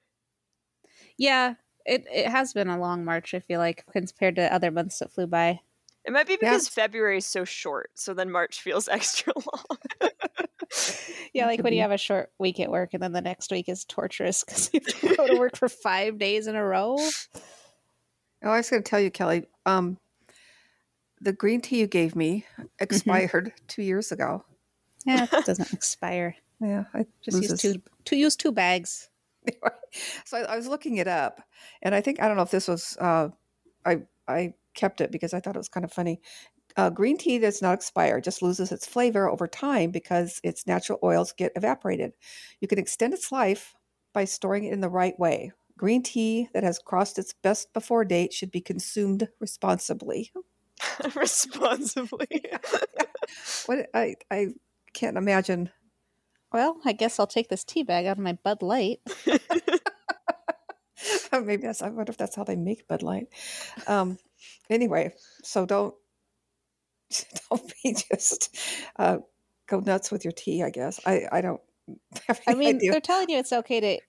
S3: Yeah, it it has been a long March. I feel like compared to other months that flew by.
S1: It might be because
S4: That's-
S1: February is so short, so then March feels extra long.
S3: Yeah,
S4: It
S3: like
S4: could
S3: when
S4: be.
S3: you have a short week at work and then the next week is torturous because you have to go to work for five days in a row.
S4: Oh, I was going to tell you, Kelly. Um, the green tea you gave me expired two years ago.
S3: Yeah, it doesn't expire.
S4: Yeah, I
S3: Just
S4: loses.
S3: use two, two use two bags.
S4: so I, I was looking it up, and I think I don't know if this was uh, I I kept it because I thought it was kind of funny. Uh, green tea does not expire; just loses its flavor over time because its natural oils get evaporated. You can extend its life by storing it in the right way. Green tea that has crossed its best before date should be consumed responsibly.
S1: Responsibly.
S4: What I I can't imagine.
S3: Well, I guess I'll take this tea bag out of my Bud Light.
S4: Maybe that's I wonder if that's how they make Bud Light. Um, anyway, so don't don't be just uh, go nuts with your tea. I guess I I don't have
S3: I
S4: any
S3: mean,
S4: idea.
S3: they're telling you it's okay to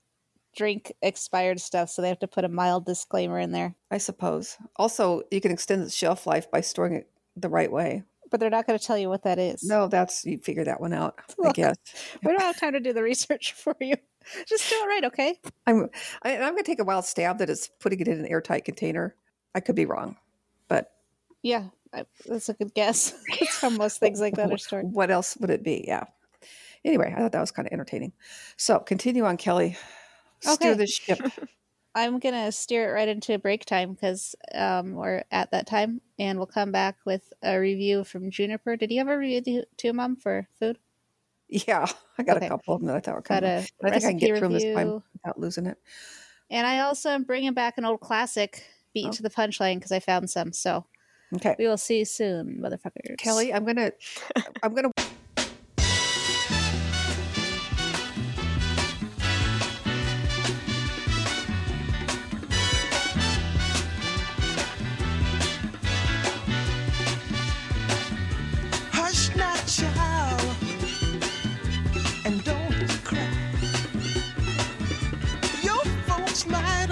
S3: drink expired stuff, so they have to put a mild disclaimer in there.
S4: I suppose. Also, you can extend its shelf life by storing it the right way.
S3: But they're not going to tell you what that is.
S4: No, that's you figure that one out. I
S3: Look.
S4: guess.
S3: we don't have time to do the research for you. Just do it right, okay?
S4: I'm I, I'm going to take a wild stab that it's putting it in an airtight container. I could be wrong, but
S3: Yeah, I, that's a good guess. that's how most things like that are stored.
S4: what else would it be? Yeah. Anyway, I thought that was kind of entertaining. So continue on, Kelly. Steer
S3: Okay.
S4: the ship.
S3: I'm gonna steer it right into break time because um, we're at that time, and we'll come back with a review from Juniper. Did you have a review to, to mom for food?
S4: Yeah, I got
S3: Okay. uh,
S4: a couple of them that I thought were
S3: Got
S4: kind of.
S3: a
S4: I think
S3: recipe
S4: I can get through 'em this time.
S3: review.
S4: Without losing it.
S3: And I also am bringing back an old classic, Beat
S4: Oh.
S3: to the Punchline, because I found some. So
S4: Okay,
S3: we will see you soon, motherfuckers.
S4: Kelly, I'm gonna, I'm gonna.
S5: Hush now, child, and don't cry. Your folks might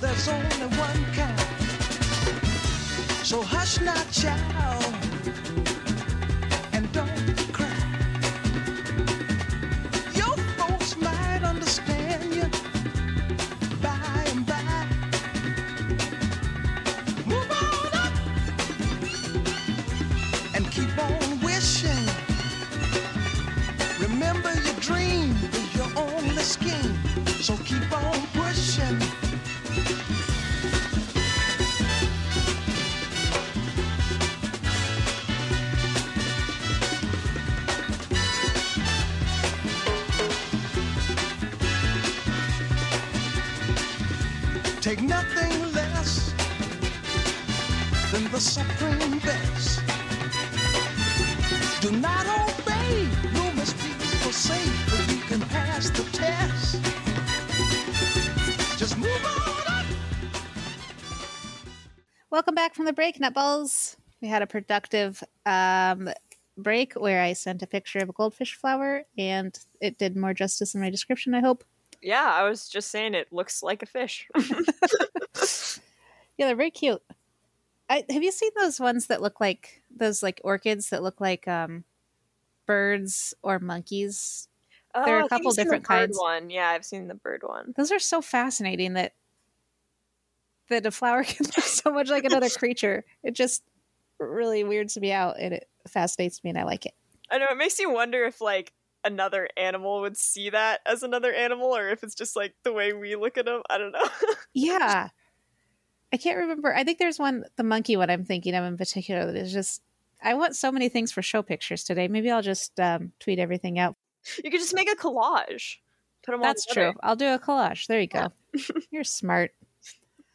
S5: there's only one kind. So hush now, child, and don't cry. Your folks might understand you by and by. Move on up and keep on wishing. Remember your dream is your only scheme, so keep on pushing. Take nothing less than the supreme best. Do not obey, you must be forsake, but you can pass the test. Just move on up.
S3: Welcome back from the break, Nutballs. We had a productive um, break where I sent a picture of a goldfish flower, and it did more justice in my description, I hope.
S1: Yeah, I was just saying it looks like a fish.
S3: Yeah, they're very cute. I, have you seen those ones that look like those like orchids that look like um, birds or monkeys?
S1: Oh,
S3: There are
S1: I
S3: a
S1: think I've
S3: couple
S1: seen the
S3: different
S1: bird
S3: kinds.
S1: One, yeah, I've seen the bird one.
S3: Those are so fascinating that that a flower can look so much like another creature. It just really weirds me out, and it fascinates me, and I like it.
S1: I know it makes you wonder if like another animal would see that as another animal, or if it's just like the way we look at them. I don't know.
S3: Yeah. I can't remember. I think there's one, the monkey one I'm thinking of in particular, that is just, I want so many things for show pictures today. Maybe I'll just um, tweet everything out.
S1: you could just make a collage. Put them
S3: That's
S1: all together.
S3: true. I'll do a collage. There you go. You're smart.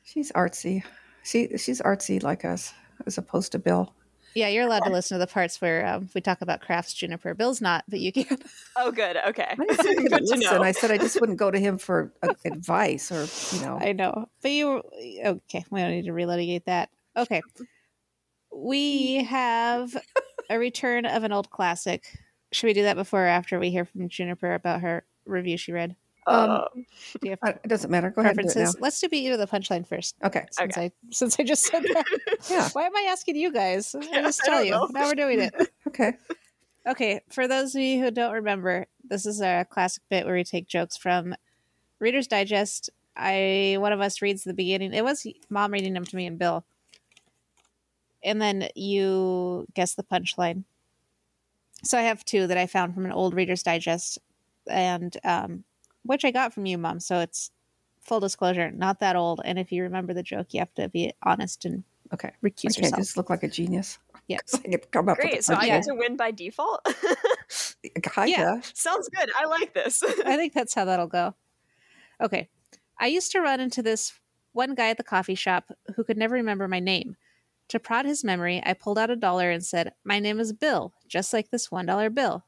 S4: She's artsy. She she's artsy like us, as opposed to Bill.
S3: Yeah, you're allowed to listen to the parts where um, we talk about crafts, Juniper. Bill's not, but you can.
S1: Oh, good. Okay.
S4: I didn't say I
S1: Good
S4: couldn't
S1: to
S4: listen.
S1: know.
S4: I said I just wouldn't go to him for uh, advice or you know.
S3: I know. But you, okay, we don't need to relitigate that. Okay. We have a return of an old classic. Should we do that before or after we hear from Juniper about her review she read?
S1: Um,
S3: Do you have
S4: Uh, it doesn't matter. Go ahead and do it now.
S3: preferences. Let's do beat you to the punchline first.
S4: Okay.
S3: Since I since I just said that.
S4: Yeah.
S3: Why am I asking you guys? I
S1: Yeah,
S3: just
S1: I
S3: tell
S1: don't
S3: you.
S1: know.
S3: Now we're doing it.
S4: Okay.
S3: Okay, for those of you who don't remember, this is a classic bit where we take jokes from Reader's Digest. I one of us reads the beginning. It was mom reading them to me and Bill. And then you guess the punchline. So I have two that I found from an old Reader's Digest and um which I got from you, Mom. So it's full disclosure, not that old. And if you remember the joke, you have to be honest and
S4: Okay. I
S3: recuse
S4: can't
S3: yourself.
S4: just look like a genius.
S3: Yeah.
S4: 'Cause I could come up with
S1: Oh, great.
S4: a
S1: So I
S4: bunch
S1: get
S4: of-
S1: to win by default.
S4: Kinda.
S1: Sounds good. I like this.
S3: I think that's how that'll go. Okay. I used to run into this one guy at the coffee shop who could never remember my name. To prod his memory, I pulled out a dollar and said, My name is Bill, just like this $1 bill.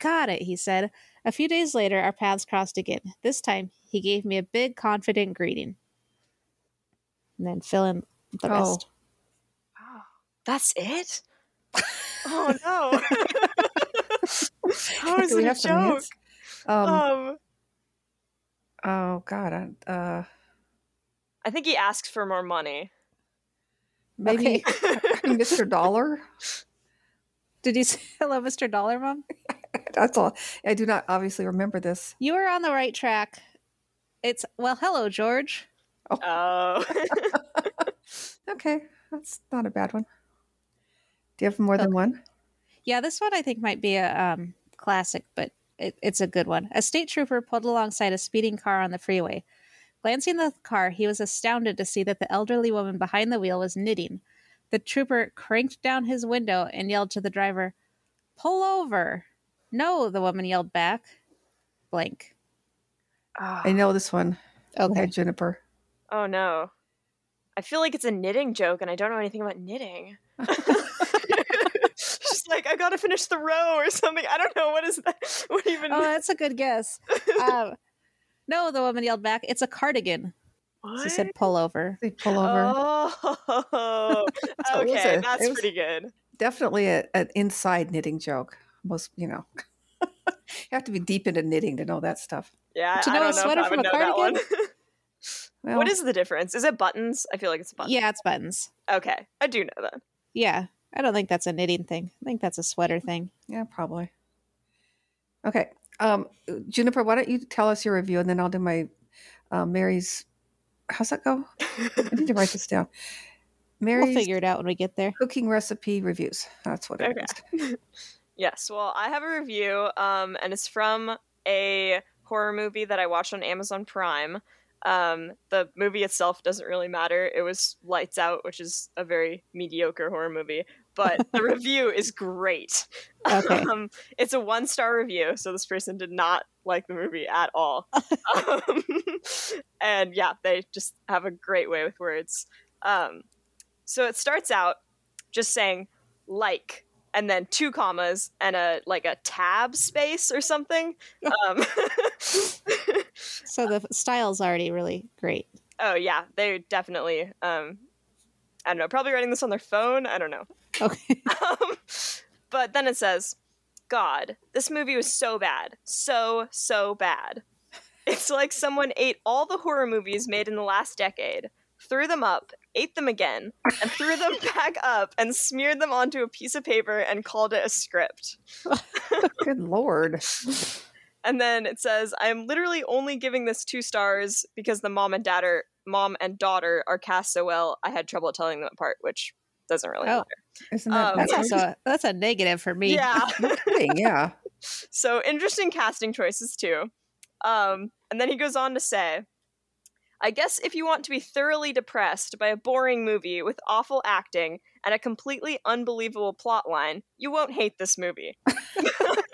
S3: Got it, he said. A few days later, our paths crossed again. This time, he gave me a big, confident greeting. And then fill in the
S4: Oh.
S3: rest.
S1: Wow. That's it? Oh no. How is
S4: Do we
S1: it a
S4: have some
S1: joke?
S4: hints? Um,
S1: Um,
S4: oh God. I, uh,
S1: I think he asks for more money.
S4: maybe Mr. Dollar.
S3: Did you say hello, Mr. Dollar Mom?
S4: That's all. I do not obviously remember this.
S3: You were on the right track. It's, well, hello, George.
S1: oh.
S4: Okay, that's not a bad one. Do you have more than
S3: Okay.
S4: one?
S3: Yeah, this one I think might be a um, classic, but it, it's a good one. A state trooper pulled alongside a speeding car on the freeway. Glancing at the car, he was astounded to see that the elderly woman behind the wheel was knitting. The trooper cranked down his window and yelled to the driver, Pull over! No, the woman yelled back. Blank.
S1: Ah.
S4: I know this one. Go
S3: Okay.
S4: ahead, Juniper.
S1: Oh no. I feel like it's a knitting joke and I don't know anything about knitting. She's like, I gotta finish the row or something. I don't know what is that. What even?
S3: Oh, that's a good guess. Um, no, the woman yelled back. It's a cardigan. She said, Pull over.
S4: They pull over.
S1: Oh,
S4: So it was
S1: okay,
S4: a-
S1: that's
S4: it was
S1: pretty good.
S4: Definitely a, an inside knitting joke. Most, you know, you have to be deep into knitting to know that stuff.
S1: Yeah,
S3: To
S1: I
S3: know a
S1: don't know
S3: sweater
S1: if I
S3: from
S1: would
S3: a
S1: know that one.
S4: Well,
S1: What is the difference? Is it buttons? I feel like it's buttons.
S3: Yeah, it's buttons.
S1: Okay, I do know that.
S3: Yeah. I don't think that's a knitting thing. I think that's a sweater thing.
S4: Yeah, probably. Okay. Um, Juniper, why don't you tell us your review and then I'll do my uh, Mary's. How's that go? I need to write this down.
S3: We'll
S4: Mary's
S3: figure it out when we get there.
S4: cooking recipe reviews. That's what it
S1: Okay.
S4: is.
S1: Yes, well, I have a review, um, and it's from a horror movie that I watched on Amazon Prime. Um, the movie itself doesn't really matter. It was Lights Out, which is a very mediocre horror movie, but the review is great.
S3: Okay.
S1: Um, it's a one star review, so this person did not like the movie at all. um, and yeah, they just have a great way with words. Um, so it starts out just saying like and then two commas and a like a tab space or something. Um,
S3: So the style's already really great.
S1: oh yeah, they definitely. Um, I don't know. Probably writing this on their phone. I don't know.
S3: Okay.
S1: Um, but then it says, God, this movie was so bad. So, so bad. It's like someone ate all the horror movies made in the last decade, threw them up, ate them again, and threw them back up and smeared them onto a piece of paper and called it a script.
S4: Good Lord.
S1: And then it says, I am literally only giving this two stars because the mom and dad are mom and daughter are cast so well I had trouble telling them apart, which doesn't really
S3: Oh.
S1: matter.
S4: Isn't that
S1: Um,
S3: That's
S4: that's
S3: also a, that's a negative for me.
S1: Yeah.
S4: kidding? Yeah.
S1: So interesting casting choices too. Um, and then he goes on to say, I guess if you want to be thoroughly depressed by a boring movie with awful acting and a completely unbelievable plotline, you won't hate this movie. but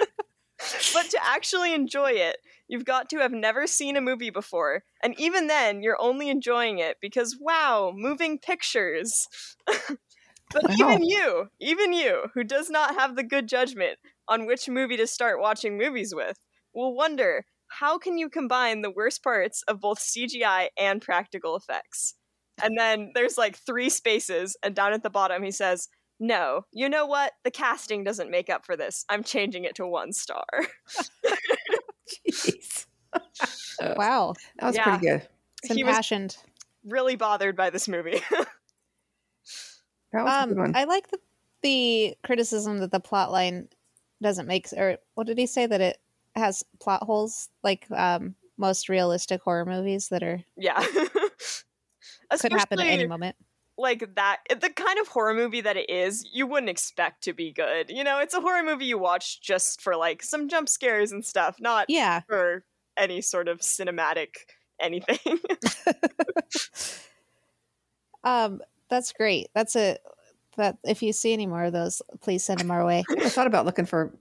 S1: to actually enjoy it, you've got to have never seen a movie before, and even then, you're only enjoying it because wow, moving pictures. but
S4: Wow.
S1: even you, even you, who does not have the good judgment on which movie to start watching movies with, will wonder how can you combine the worst parts of both CGI and practical effects? And then there's like three spaces, and down at the bottom he says, No, you know what? The casting doesn't make up for this. I'm changing it to one star.
S4: Jeez.
S3: Wow.
S4: That was
S1: Yeah.
S4: pretty good.
S3: It's
S1: He was-
S3: impassioned.
S1: really bothered by this movie.
S4: That was a good
S3: um,
S4: one.
S3: I like the, the criticism that the plot line doesn't make or what did he say that it has plot holes like um, most realistic horror movies that are
S1: yeah.
S3: could happen at any
S1: Especially,
S3: moment.
S1: like that the kind of horror movie that it is you wouldn't expect to be good you know it's a horror movie you watch just for like some jump scares and stuff not
S3: Yeah.
S1: for any sort of cinematic anything
S3: Um, that's great. That's a that if you see any more of those, please send them our way.
S4: I never thought about looking for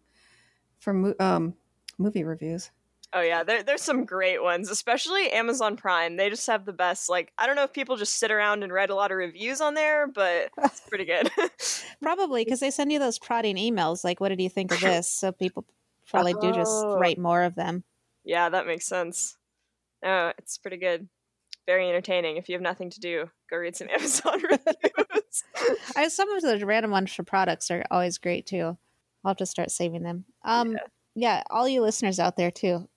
S4: for mo- um, movie reviews.
S1: Oh yeah, there, there's some great ones, especially Amazon Prime. They just have the best. Like I don't know if people just sit around and write a lot of reviews on there, but it's pretty good.
S3: Probably because they send you those prodding emails like, "What did you think of this?" So people probably do just
S1: Oh.
S3: write more of them.
S1: yeah, that makes sense. Oh, it's pretty good. Very entertaining. If you have nothing to do, go read some Amazon reviews.
S3: I some of the random ones for products are always great too. I'll just start saving them. Um, yeah. all you listeners out there too,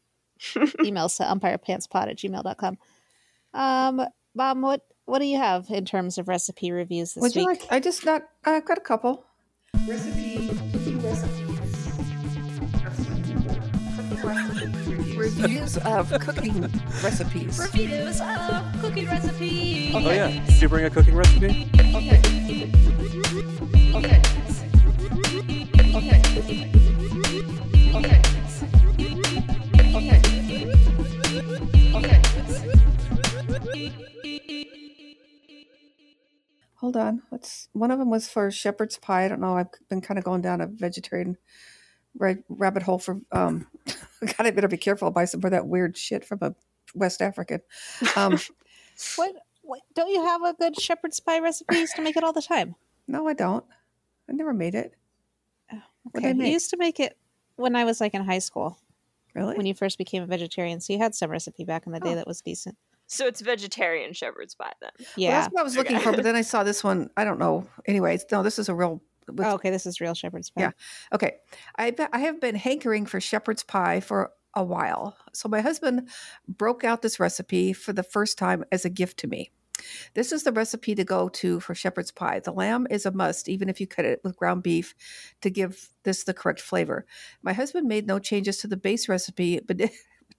S3: emails to umpirepantspod at gmail.com. Um, Mom, what what do you have in terms of recipe reviews this
S4: Would
S3: week?
S4: you like? I just not. I've got a couple. Reviews of cooking recipes.
S6: Oh yeah. Did you bring a cooking recipe?
S4: Hold on. Let's. One of them was for shepherd's pie. I don't know. I've been kind of going down a vegetarian red rabbit hole for. Um, God, I better be careful. I'll buy some for that weird shit from a West African. Um,
S3: what, what don't you have a good shepherd's pie recipe? You used to make it all the time.
S4: no, I don't. I never made it. What'd
S3: Okay.
S4: I
S3: You
S4: make?
S3: used to make it when I was like in high school
S4: Really?
S3: when you first became a vegetarian. So you had some recipe back in the day
S4: Oh.
S3: that was decent.
S1: so it's vegetarian shepherd's pie then.
S4: Well,
S3: Yeah.
S4: that's what I was looking
S1: Okay.
S4: for, but then I saw this one. I don't know. Anyways, no, this is a real. with-
S3: Oh, okay, this is real shepherd's pie.
S4: Yeah. Okay, I be- I have been hankering for shepherd's pie for a while. So my husband broke out this recipe for the first time as a gift to me. This is the recipe to go to for shepherd's pie. The lamb is a must, even if you cut it with ground beef to give this the correct flavor. My husband made no changes to the base recipe, but did,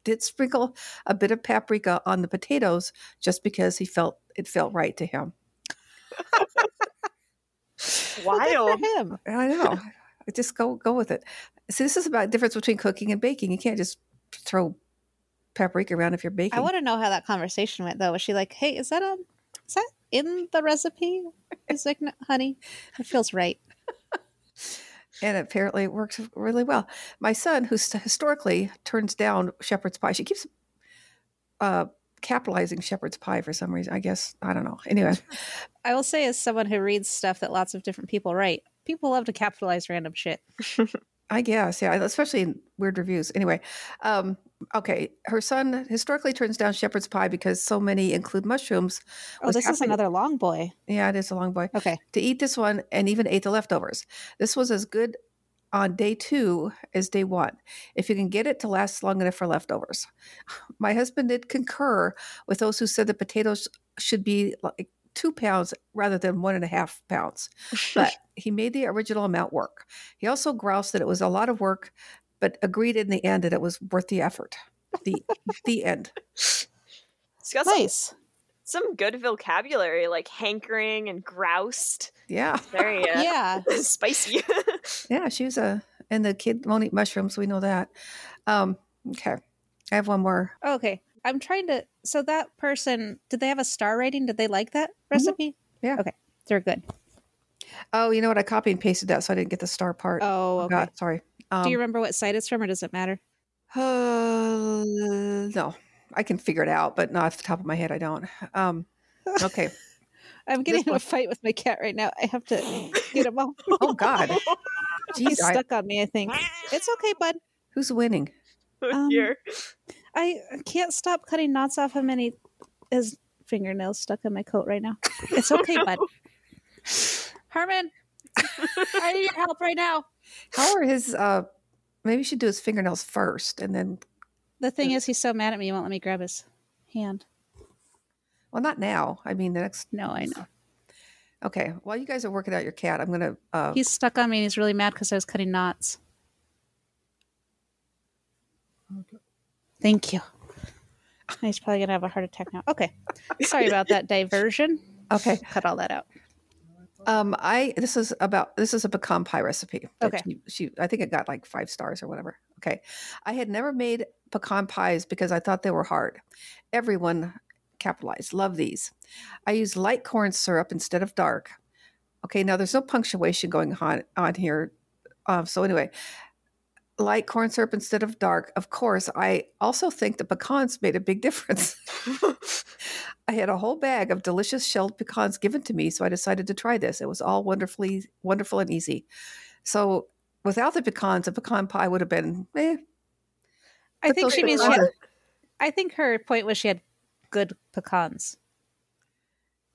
S4: did sprinkle a bit of paprika on the potatoes just because he felt it felt right to him.
S3: Good
S1: Wild.
S3: for him.
S4: I know. just go go with it. See, this is about difference between cooking and baking. You can't just throw paprika around if you're baking.
S3: I want to know how that conversation went though. Was she like, "Hey, is that um, is that in the recipe?" He's like, no, "Honey, it feels right."
S4: and apparently it works really well. My son, who st- historically turns down shepherd's pie, she keeps uh, capitalizing shepherd's pie for some reason. I guess I don't know. Anyway,
S3: I will say, as someone who reads stuff that lots of different people write, people love to capitalize random shit.
S4: I guess yeah, especially in weird reviews. Anyway, um, okay, her son historically turns down shepherd's pie because so many include mushrooms.
S3: Oh,
S4: Was
S3: this is
S4: happening-
S3: another long boy.
S4: Yeah, it is a long boy.
S3: Okay,
S4: to eat this one and even ate the leftovers. This was as good on day two as day one, if you can get it to last long enough for leftovers. My husband did concur with those who said the potatoes should be like two pounds rather than one and a half pounds, but he made the original amount work. He also groused that it was a lot of work, but agreed in the end that it was worth the effort. The the end.
S1: It's got some,
S3: nice.
S1: some good vocabulary, like hankering and groused.
S4: Yeah.
S1: Very uh,
S3: Yeah,
S1: spicy.
S4: Yeah, she was a, and the kid won't eat mushrooms. We know that. Um, okay. I have one more.
S3: Okay. I'm trying to. So that person, did they have a star rating? Did they like that recipe?
S4: Yeah.
S3: Okay. They're good.
S4: Oh, you know what? I copy and pasted that, so I didn't get the star part.
S3: Oh, okay.
S4: God, sorry. Um,
S3: Do you remember what site it's from or does it matter?
S4: uh, no, I can figure it out, but not off the top of my head. I don't. Um, okay.
S3: I'm getting in a
S4: one.
S3: fight with my cat right now. I have to get him off.
S4: Oh God. Jeez,
S3: He's
S4: I-
S3: stuck on me, I think. It's okay, bud.
S4: who's winning?
S3: Um,
S1: Here.
S3: I can't stop cutting knots off him and he, his fingernails stuck in my coat right now. It's okay, bud. Herman, I need your help right now.
S4: How are his? Uh, maybe you should do his fingernails first, and then.
S3: The thing is, he's so mad at me, he won't let me grab his hand.
S4: Well, not now. I mean, the next.
S3: No, I know.
S4: Okay. While you guys are working out your cat, I'm gonna. Uh,
S3: He's stuck on me and he's really mad because I was cutting knots. Thank you. He's probably going to have a heart attack now. Okay. Sorry about that diversion.
S4: okay.
S3: Cut all that out.
S4: Um, I this is about this is a pecan pie recipe. that
S3: Okay.
S4: she, she I think it got like five stars or whatever. Okay, I had never made pecan pies because I thought they were hard. Everyone capitalized love these. I used light corn syrup instead of dark. Okay, now there's no punctuation going on on here. Um, so anyway, light corn syrup instead of dark. Of course, I also think the pecans made a big difference. I had a whole bag of delicious shelled pecans given to me, so I decided to try this. It was all wonderfully wonderful and easy. So without the pecans, a pecan pie would have been eh.
S3: I
S4: But
S3: think
S4: those
S3: she
S4: are
S3: means she had,
S4: other-
S3: I think her point was she had good pecans,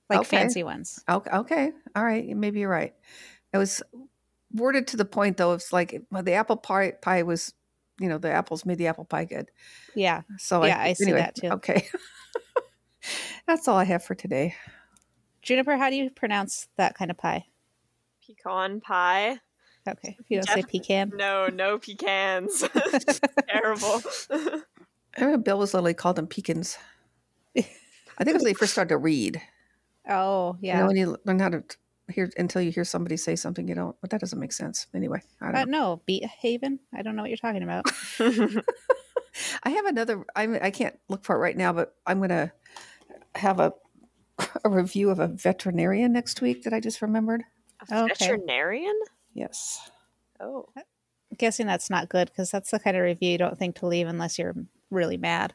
S3: like
S4: Okay.
S3: fancy ones.
S4: Okay, okay, all right. Maybe you're right. It was worded to the point, though. It's like well, the apple pie pie was, you know, the apples made the apple pie good.
S3: Yeah.
S4: So
S3: Yeah, I see that, too.
S4: Okay, that's all I have for today.
S3: Juniper, how do you pronounce that kind of pie?
S1: Pecan pie.
S3: Okay. If you don't say pecan.
S1: No, no pecans. Terrible.
S4: I remember Bill was literally called them pecans. I think it was when they first started to read.
S3: Oh,
S4: You know,
S3: yeah.
S4: when you learn how to t- hear until you hear somebody say something, you don't. But that doesn't make sense anyway. I
S3: Uh,
S4: don't. know.
S3: no, Beat Haven. I don't know what you're talking about.
S4: I have another. I'm. I can't look for it right now, but I'm gonna have a a review of a veterinarian next week that I just remembered.
S3: Okay. Uh,
S1: Veterinarian?
S4: Yes.
S1: Oh.
S3: guessing that's not good because that's the kind of review you don't think to leave unless you're really mad.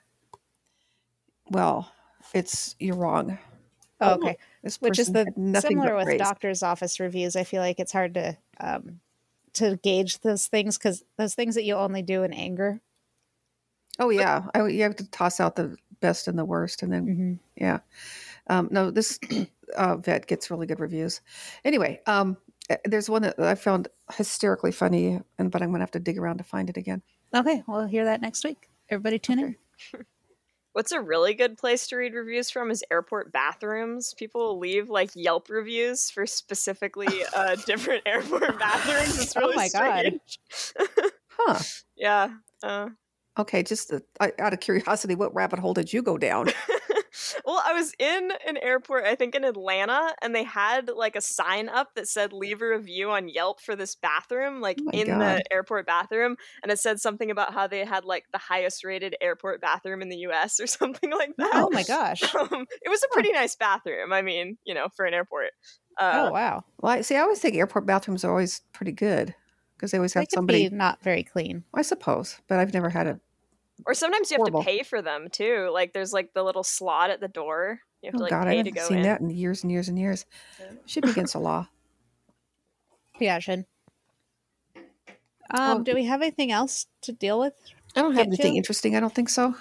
S4: Well, it's you're wrong.
S3: Oh, okay,
S4: This
S3: which is
S4: person
S3: the
S4: had nothing
S3: similar
S4: but
S3: with
S4: praise.
S3: doctor's office reviews. I feel like it's hard to um, to gauge those things because those things that you only do in anger.
S4: Oh yeah, I, you have to toss out the best and the worst, and then
S3: Mm-hmm.
S4: Yeah. Um, no, this uh, vet gets really good reviews. Anyway, um, uh, there's one that I found hysterically funny, and but I'm gonna have to dig around to find it again.
S3: Okay, we'll hear that next week. Everybody tune in.
S1: What's a really good place to read reviews from is airport bathrooms. People leave like Yelp reviews for specifically uh, different airport bathrooms. It's really
S3: oh my god.
S1: strange.
S4: Huh.
S1: yeah. Uh,
S4: Okay, just uh, I- out of curiosity, what rabbit hole did you go down?
S1: well, I was in an airport, I think in Atlanta, and they had like a sign up that said leave a review on Yelp for this bathroom, like
S4: Oh my
S1: in
S4: God.
S1: the airport bathroom. And it said something about how they had like the highest rated airport bathroom in the US or something like that.
S3: Oh my gosh.
S1: Um, it was a pretty nice bathroom. I mean, you know, for an airport. Uh,
S3: Oh wow.
S4: Well, I, see, I always think airport bathrooms are always pretty good because they always
S3: They
S4: have
S3: could
S4: somebody.
S3: be not very clean.
S4: I suppose, but I've never had it.
S1: Or sometimes you have
S4: Horrible.
S1: to pay for them too. Like there's like the little slot at the door. You have
S4: Oh
S1: to like
S4: God,
S1: pay
S4: I
S1: to
S4: haven't
S1: go
S4: seen
S1: in.
S4: that in years and years and years.
S1: Yeah.
S4: Should be against the law.
S3: Yeah, Shin.
S4: Oh.
S3: Um, do we have anything else to deal with?
S4: I don't have
S3: Get
S4: anything
S3: you?
S4: interesting. I don't think so.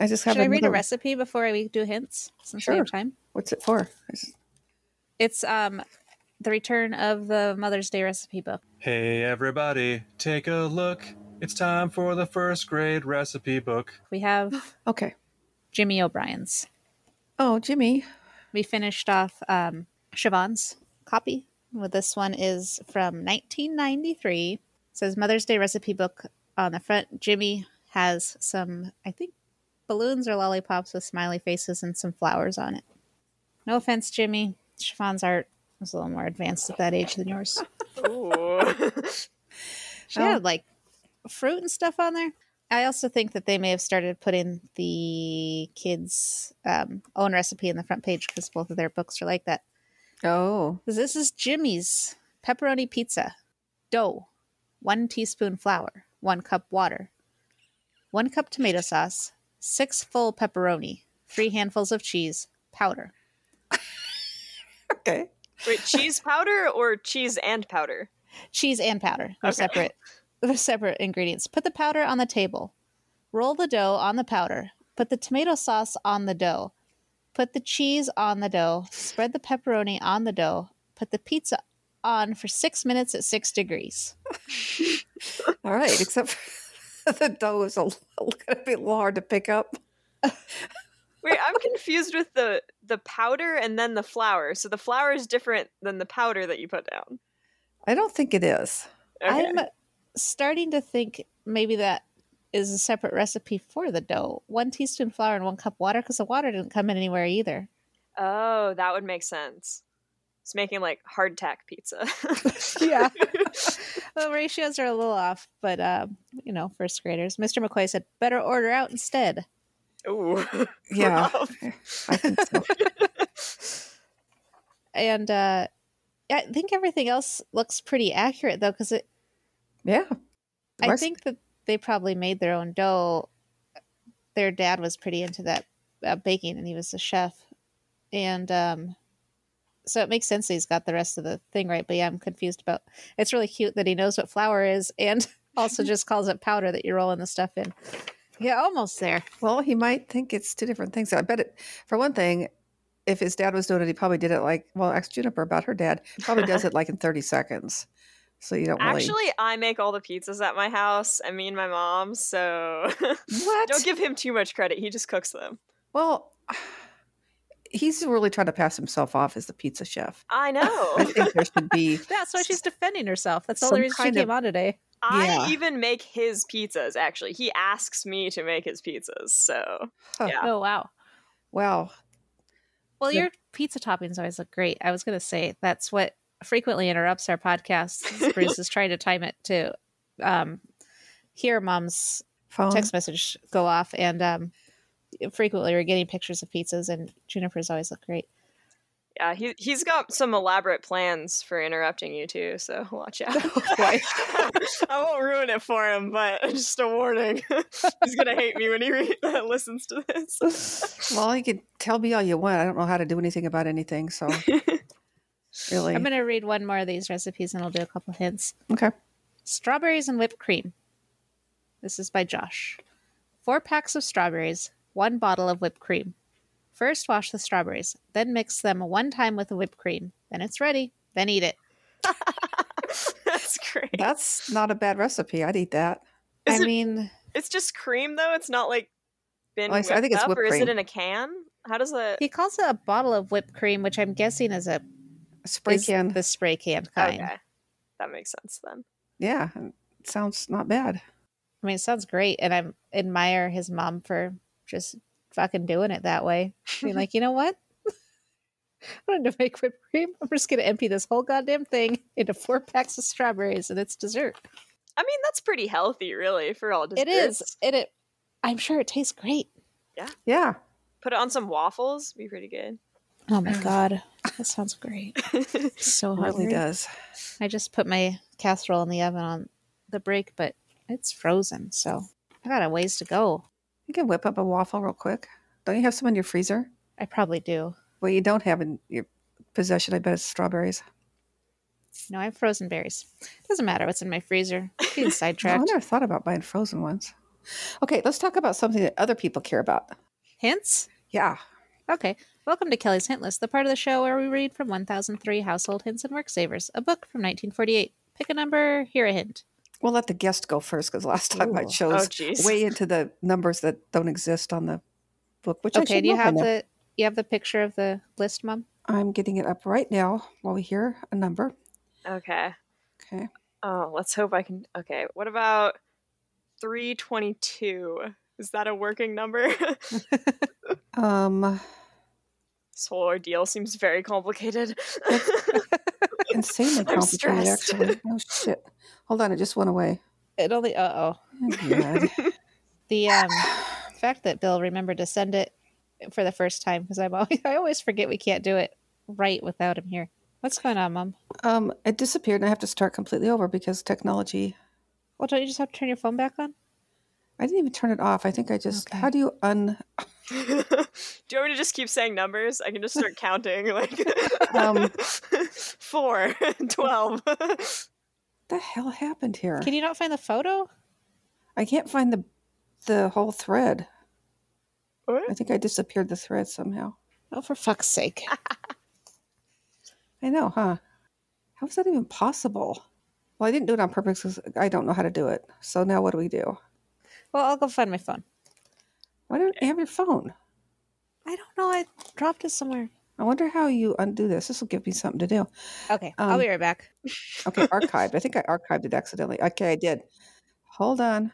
S4: I just have.
S3: Should I read a
S4: another-
S3: recipe before we do hints? Since we
S4: Sure.
S3: have time.
S4: What's it for? It's-
S3: It's um the return of the Mother's Day recipe book.
S6: Hey, everybody, take a look. It's time for the first grade recipe book.
S3: We have
S4: Okay.
S3: Jimmy O'Brien's.
S4: Oh, Jimmy.
S3: We finished off um Siobhan's copy. Well, this one is from 1993. It says Mother's Day recipe book on the front. Jimmy has some, I think, balloons or lollipops with smiley faces and some flowers on it. No offense, Jimmy. Siobhan's art was a little more advanced at that age than yours.
S1: Ooh.
S3: She
S4: Oh.
S3: had like fruit and stuff on there. I also think that they may have started putting the kids' um, own recipe in the front page because both of their books are like that.
S4: Oh,
S3: This is Jimmy's pepperoni pizza. Dough, one teaspoon flour, one cup water, one cup tomato sauce, six full pepperoni, three handfuls of cheese, powder.
S4: okay.
S1: Wait, cheese powder or cheese and powder?
S3: cheese and powder. They're
S1: Okay.
S3: separate. They're separate ingredients. Put the powder on the table. Roll the dough on the powder. Put the tomato sauce on the dough. Put the cheese on the dough. Spread the pepperoni on the dough. Put the pizza on for six minutes at six degrees.
S4: All right. Except for the dough is a going to be a little hard to pick up.
S1: Wait, I'm confused with the the powder and then the flour. So the flour is different than the powder that you put down.
S4: I don't think it is.
S1: Okay.
S3: I'm starting to think maybe that is a separate recipe for the dough. One teaspoon flour and one cup water because the water didn't come in anywhere either.
S1: Oh, that would make sense. It's making like hardtack pizza.
S3: yeah. the ratios are a little off, but um, you know, first graders. Mr. McCoy said, "Better order out instead."
S1: Ooh.
S4: Yeah.
S1: Wow.
S4: I think so.
S3: And uh, I think everything else looks pretty accurate though, because
S4: Yeah. The
S3: I
S4: rest-
S3: think that they probably made their own dough. Their dad was pretty into that uh, baking, and he was a chef, and um, so it makes sense that he's got the rest of the thing right. But yeah, I'm confused about. It's really cute that he knows what flour is, and also just calls it powder that you're rolling the stuff in. Yeah, almost there.
S4: Well, he might think it's two different things. I bet it. For one thing, if his dad was doing it, he probably did it like well. Ask Juniper about her dad. Probably does it like in thirty seconds. So you don't really.
S1: Actually, I make all the pizzas at my house. I mean, my mom. So
S4: What?
S1: don't give him too much credit. He just cooks them.
S4: Well, he's really trying to pass himself off as the pizza chef.
S1: I
S4: I
S3: Oh.
S1: know.
S4: think there should be.
S3: That's why she's defending herself. That's the
S4: Some
S3: only reason she
S4: kind
S3: came
S4: of-
S3: on today.
S1: I
S4: Yeah.
S1: even make his pizzas. Actually, he asks me to make his pizzas. So
S4: Huh.
S1: yeah.
S3: Oh wow.
S4: Well,
S3: Well,
S4: Yeah.
S3: your pizza toppings always look great. I was gonna say that's what frequently interrupts our podcast. Bruce is trying to time it to um, hear mom's
S4: phone.
S3: text message go off, and um, frequently we're getting pictures of pizzas, and junipers always look great.
S1: Yeah, he he's got some elaborate plans for interrupting you too, so watch out.
S4: boy.
S1: I won't ruin it for him, but just a warning. he's gonna hate me when he re- listens to this.
S4: Well, you could tell me all you want. I don't know how to do anything about anything. So really,
S3: I'm gonna read one more of these recipes, and I'll do a couple hints.
S4: okay.
S3: Strawberries and whipped cream. This is by Josh. Four packs of strawberries, one bottle of whipped cream. First, wash the strawberries, then mix them one time with the whipped cream. Then it's ready. Then eat it.
S1: That's great.
S4: That's not a bad recipe. I'd eat that.
S1: Is
S3: I
S1: it-
S3: mean,
S1: It's just cream though. It's not like been
S4: Oh, I
S1: whipped
S4: see. I think it's
S1: up,
S4: whipped
S1: or is it
S4: cream.
S1: in a can? How does that?
S3: He calls it a bottle of whipped cream, which I'm guessing is a
S4: A spray
S3: is
S4: can.
S3: the spray can kind.
S1: Okay, that makes sense then.
S4: yeah, it sounds not bad.
S3: I mean, it sounds great, and I admire his mom for just fucking doing it that way. Being like, you know what? I wanted to make whipped cream. I'm just gonna empty this whole goddamn thing into four packs of strawberries, and it's dessert.
S1: I mean, that's pretty healthy, really, for all desserts.
S3: It is, and it. I'm sure it tastes great.
S4: Yeah.
S1: Put it on some waffles, be pretty good.
S3: Oh my god, that sounds great. So
S4: It
S3: hungry.
S4: really does.
S3: I just put my casserole in the oven on the break, but it's frozen, so I got a ways to go.
S4: You can whip up a waffle real quick. Don't you have some in your freezer?
S3: I probably do.
S4: Well, you don't have in your possession. I bet it's strawberries.
S3: No, I have frozen berries. Doesn't matter what's in my freezer. Being
S4: I
S3: sidetracked.
S4: never thought about buying frozen ones. Okay, let's talk about something that other people care about.
S3: Hints?
S4: Yeah.
S3: Okay. Welcome to Kelly's Hint List, the part of the show where we read from 1003 Household Hints and Work Savers, a book from 1948. Pick a number, hear a hint.
S4: We'll let the guest go first because last time I
S3: Ooh.
S1: oh
S4: chose
S1: jeez.
S4: way into the numbers that don't exist on the book, which I
S3: okay,
S4: should
S3: do you
S4: know by
S3: have
S4: now.
S3: the you have the picture of the list, Mom?
S4: I'm getting it up right now while we hear a number.
S1: Okay.
S4: Okay.
S1: Oh, let's hope I can. Okay, what about three twenty-two? Is that a working number?
S4: Um,
S1: this whole ordeal seems very complicated.
S4: insanely
S1: I'm
S4: complicated,
S1: stressed.
S4: actually. Oh, shit. Hold on, it just went away.
S3: It only uh oh.
S4: Oh, God.
S3: The um fact that Bill remembered to send it for the first time because I'm always I always forget we can't do it right without him here. What's going on, Mom?
S4: um, it disappeared, and I have to start completely over because technology.
S3: Well, don't you just have to turn your phone back on?
S4: I didn't even turn it off. I think I just.
S3: Okay.
S4: How do you un?
S1: Do you want me to just keep saying numbers? I can just start counting like
S4: Um.
S1: four, twelve.
S4: The hell happened here?
S3: Can you not find the photo?
S4: I can't find the the whole thread.
S1: What?
S4: I think I disappeared the thread somehow.
S3: Oh, for fuck's sake.
S4: I know, huh? How is that even possible? Well, I didn't do it on purpose because I don't know how to do it. So now what do we do?
S3: Well, I'll go find my phone.
S4: Why don't you have your phone?
S3: I don't know. I dropped it somewhere.
S4: I wonder how you undo this. This will give me something to do.
S3: Okay, I'll
S4: Um,
S3: be right back.
S4: Okay, archived. I think I archived it accidentally. Okay, I did. Hold on.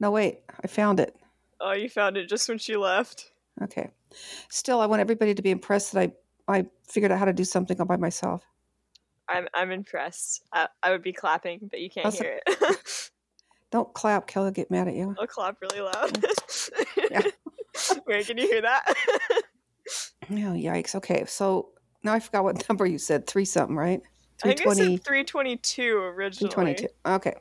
S4: No, wait. I found it.
S1: oh, you found it just when she left.
S4: Okay. Still, I want everybody to be impressed that I I figured out how to do something all by myself.
S1: I'm I'm impressed. I, I would be clapping, but you can't
S4: Awesome.
S1: hear it.
S4: Don't clap. Kelly will get mad at you.
S1: I'll clap really loud.
S4: Yeah.
S1: Wait, can you hear that?
S4: Oh, yikes. Okay. So now I forgot what number you said. Three something, right?
S1: I think I
S4: 320.
S1: said 322 originally.
S4: 322. Okay.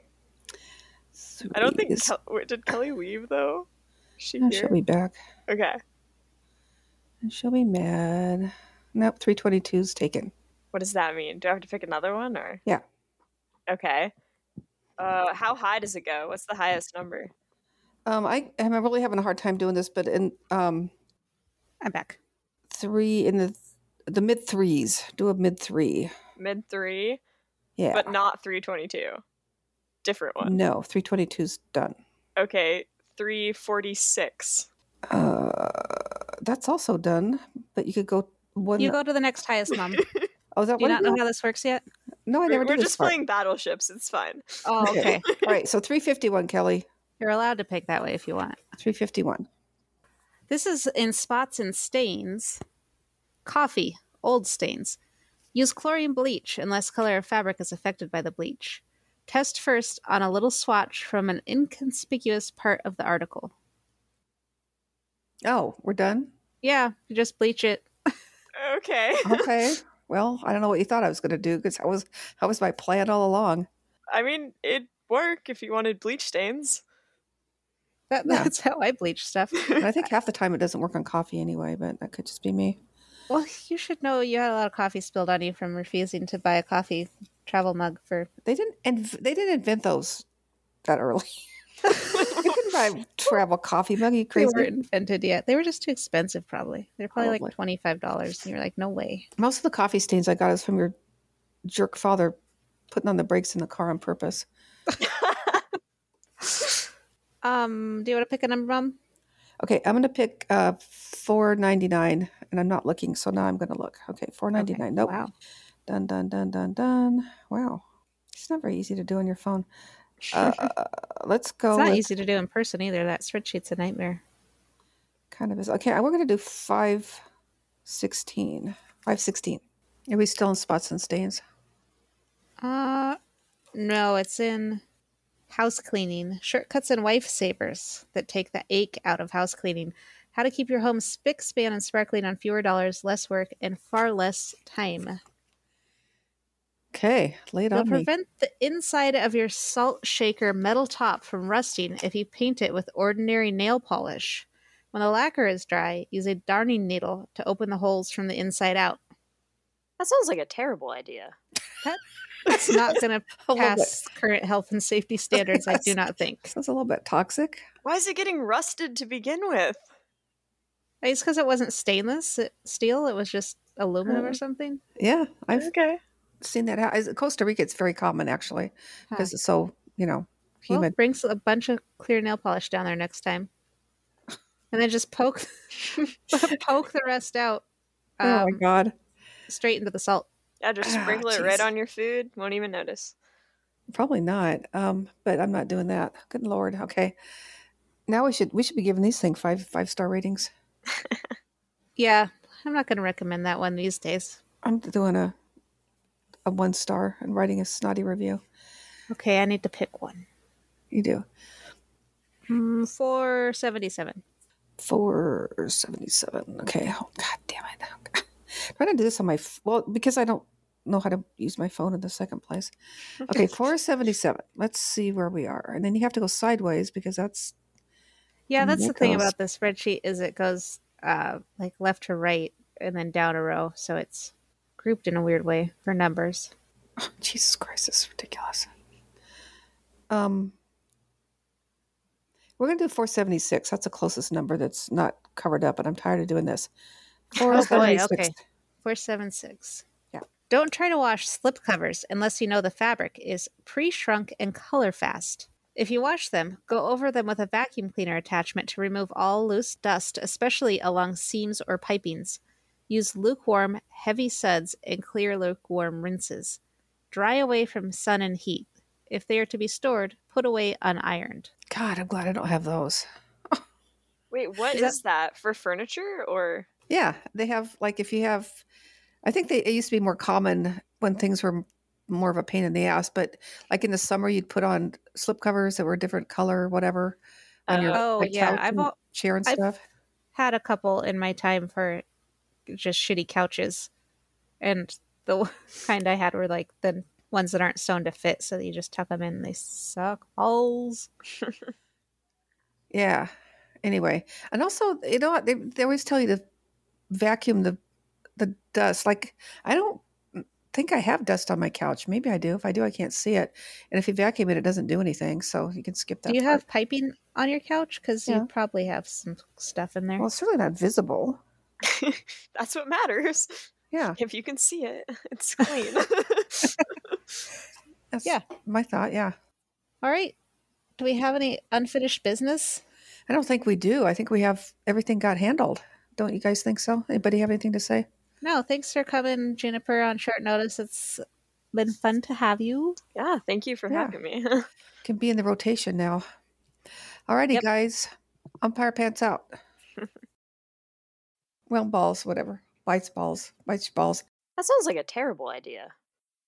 S1: I don't think
S4: Threes.
S1: Kel- wait, did Kelly leave though? Is She
S4: No,
S1: here?
S4: oh, she'll be back.
S1: Okay.
S4: And She'll be mad. Nope, 322 is taken.
S1: What does that mean? Do I have to pick another one or?
S4: Yeah.
S1: Okay. Uh, how high does it go? What's the highest number?
S4: Um, I am really having a hard time doing this, but in um,
S3: I'm back.
S4: three in the the mid threes, do a mid three.
S1: Mid three,
S4: Yeah.
S1: but not 322. Different one.
S4: no, 322 is done.
S1: Okay, 346.
S4: Uh, that's also done, but you could go one.
S3: You go to the next highest, Mom. Do
S4: oh, is that
S3: you
S4: one?
S3: not know how this works yet?
S4: no, I
S1: We're,
S4: never
S1: we're
S4: did this
S1: just
S4: part.
S1: playing battleships. It's fine.
S3: Oh, okay.
S4: All right, so 351, Kelly.
S3: You're allowed to pick that way if you want.
S4: 351.
S3: This is in spots and stains. Coffee, old stains. Use chlorine bleach unless color of fabric is affected by the bleach. Test first on a little swatch from an inconspicuous part of the article.
S4: Oh, we're done?
S3: Yeah, you just bleach it.
S1: Okay.
S4: Okay. well, I don't know what you thought I was going to do because that was, that was my plan all along.
S1: I mean, it'd work if you wanted bleach stains.
S3: That,
S4: Yeah.
S3: That's how I bleach stuff.
S4: And I think half the time it doesn't work on coffee anyway, but that could just be me.
S3: Well, you should know you had a lot of coffee spilled on you from refusing to buy a coffee travel mug for.
S4: They didn't and they didn't invent those that early. you couldn't buy travel coffee mug. You
S3: They
S4: crazy?
S3: weren't invented yet. They were just too expensive, probably. They're probably like
S4: Probably.
S3: twenty five dollars, and you're like, no way.
S4: Most of the coffee stains I got is from your jerk father putting on the brakes in the car on purpose.
S3: Um, do you want to pick a number, Mom?
S4: Okay, I'm gonna pick uh four ninety nine, and I'm not looking, so now I'm gonna look. Okay, four ninety nine. Nope.
S3: Wow.
S4: Dun dun dun dun dun. Wow, it's not very easy to do on your phone. Uh, let's go.
S3: it's not
S4: with-
S3: easy to do in person either. That spreadsheet's a nightmare.
S4: Kind of is okay. We're gonna do five sixteen. Five sixteen. Are we still in spots and stains?
S3: Uh, no, it's in house cleaning. Shortcuts and wife savers that take the ache out of house cleaning. How to keep your home spick, span, and sparkling on fewer dollars, less work, and far less time.
S4: Okay, lay it
S3: You'll
S4: on me.
S3: prevent the inside of your salt shaker metal top from rusting if you paint it with ordinary nail polish. When the lacquer is dry, use a darning needle to open the holes from the inside out.
S1: That sounds like a terrible idea.
S3: It's not going to
S4: A little bit.
S3: pass current health and safety standards, I do not think.
S4: Sounds a little bit toxic.
S1: Why is it getting rusted to begin with?
S3: It's because it wasn't stainless it- steel; it was just aluminum
S4: Uh,
S3: or something.
S4: Yeah, I've
S1: Okay.
S4: seen that. ha- is- Costa Rica, it's very common actually
S3: Huh.
S4: because it's so you know
S3: Well,
S4: humid.
S3: brings a bunch of clear nail polish down there next time, and then just poke, poke the rest out
S4: oh my
S3: um,
S4: god.
S3: straight into the salt.
S1: Yeah, just
S4: Ah,
S1: sprinkle it
S4: jeez.
S1: right on your food. Won't even notice.
S4: Probably not. Um, but I'm not doing that. Good lord. Okay. Now we should we should be giving these things five five star ratings.
S3: Yeah, I'm not going to recommend that one these days.
S4: I'm doing a a one star and writing a snotty review.
S3: Okay, I need to pick one.
S4: You do
S3: Mm, Four seventy-seven.
S4: four seventy seven. Okay. Oh, God damn it. Try to do this on my f- well because I don't know how to use my phone in the second place. Okay, four seventy seven. Let's see where we are, and then you have to go sideways because that's
S3: Yeah,
S4: Mm,
S3: that's
S4: that
S3: the thing
S4: goes-
S3: about the spreadsheet is it goes uh, like left to right and then down a row, so it's grouped in a weird way for numbers.
S4: Jesus Christ, this is ridiculous. Um, we're gonna do 476. That's the closest number that's not covered up, and I'm tired of doing this.
S3: Oh, boy,
S4: 476.
S3: okay. 476.
S4: Yeah.
S3: Don't try to wash slip covers unless you know the fabric is pre shrunk and color fast. If you wash them, go over them with a vacuum cleaner attachment to remove all loose dust, especially along seams or pipings. Use lukewarm, heavy suds and clear lukewarm rinses. Dry away from sun and heat. If they are to be stored, put away unironed.
S4: God, I'm glad I don't have those.
S1: Wait, what is,
S3: Is that-
S1: that for furniture or?
S4: Yeah, they have like if you have, I think they it used to be more common when things were more of a pain in the ass, but like in the summer you'd put on slip covers that were a different color, whatever, on your
S3: Oh,
S4: like,
S3: yeah,
S4: couch
S3: I've
S4: and
S3: al-
S4: chair and
S3: I've-
S4: stuff.
S3: had a couple in my time for just shitty couches, and the kind I had were like the ones that aren't sewn to fit, so you just tuck them in. They suck balls.
S4: Yeah. Anyway, and also, you know what? They, they always tell you to vacuum the the dust. Like, I don't think I have dust on my couch. Maybe I do. If I do, I can't see it. And if you vacuum it, it doesn't do anything. So you can skip that.
S3: Do you
S4: part.
S3: have piping on your couch? Because
S4: Yeah.
S3: you probably have some stuff in there.
S4: Well, it's certainly not visible.
S1: That's what matters.
S4: Yeah.
S1: If you can see it, it's clean.
S4: That's
S3: Yeah.
S4: My thought. Yeah.
S3: All right. Do we have any unfinished business?
S4: I don't think we do. I think we have everything got handled. Don't you guys think so? Anybody have anything to say?
S3: No. Thanks for coming, Juniper, on short notice. It's been fun to have you.
S1: yeah, thank you for
S4: Yeah.
S1: having me.
S4: Can be in the rotation now. All righty, guys. Umpire pants out. well, balls, whatever. Bites balls. Bites balls.
S1: that sounds like a terrible idea.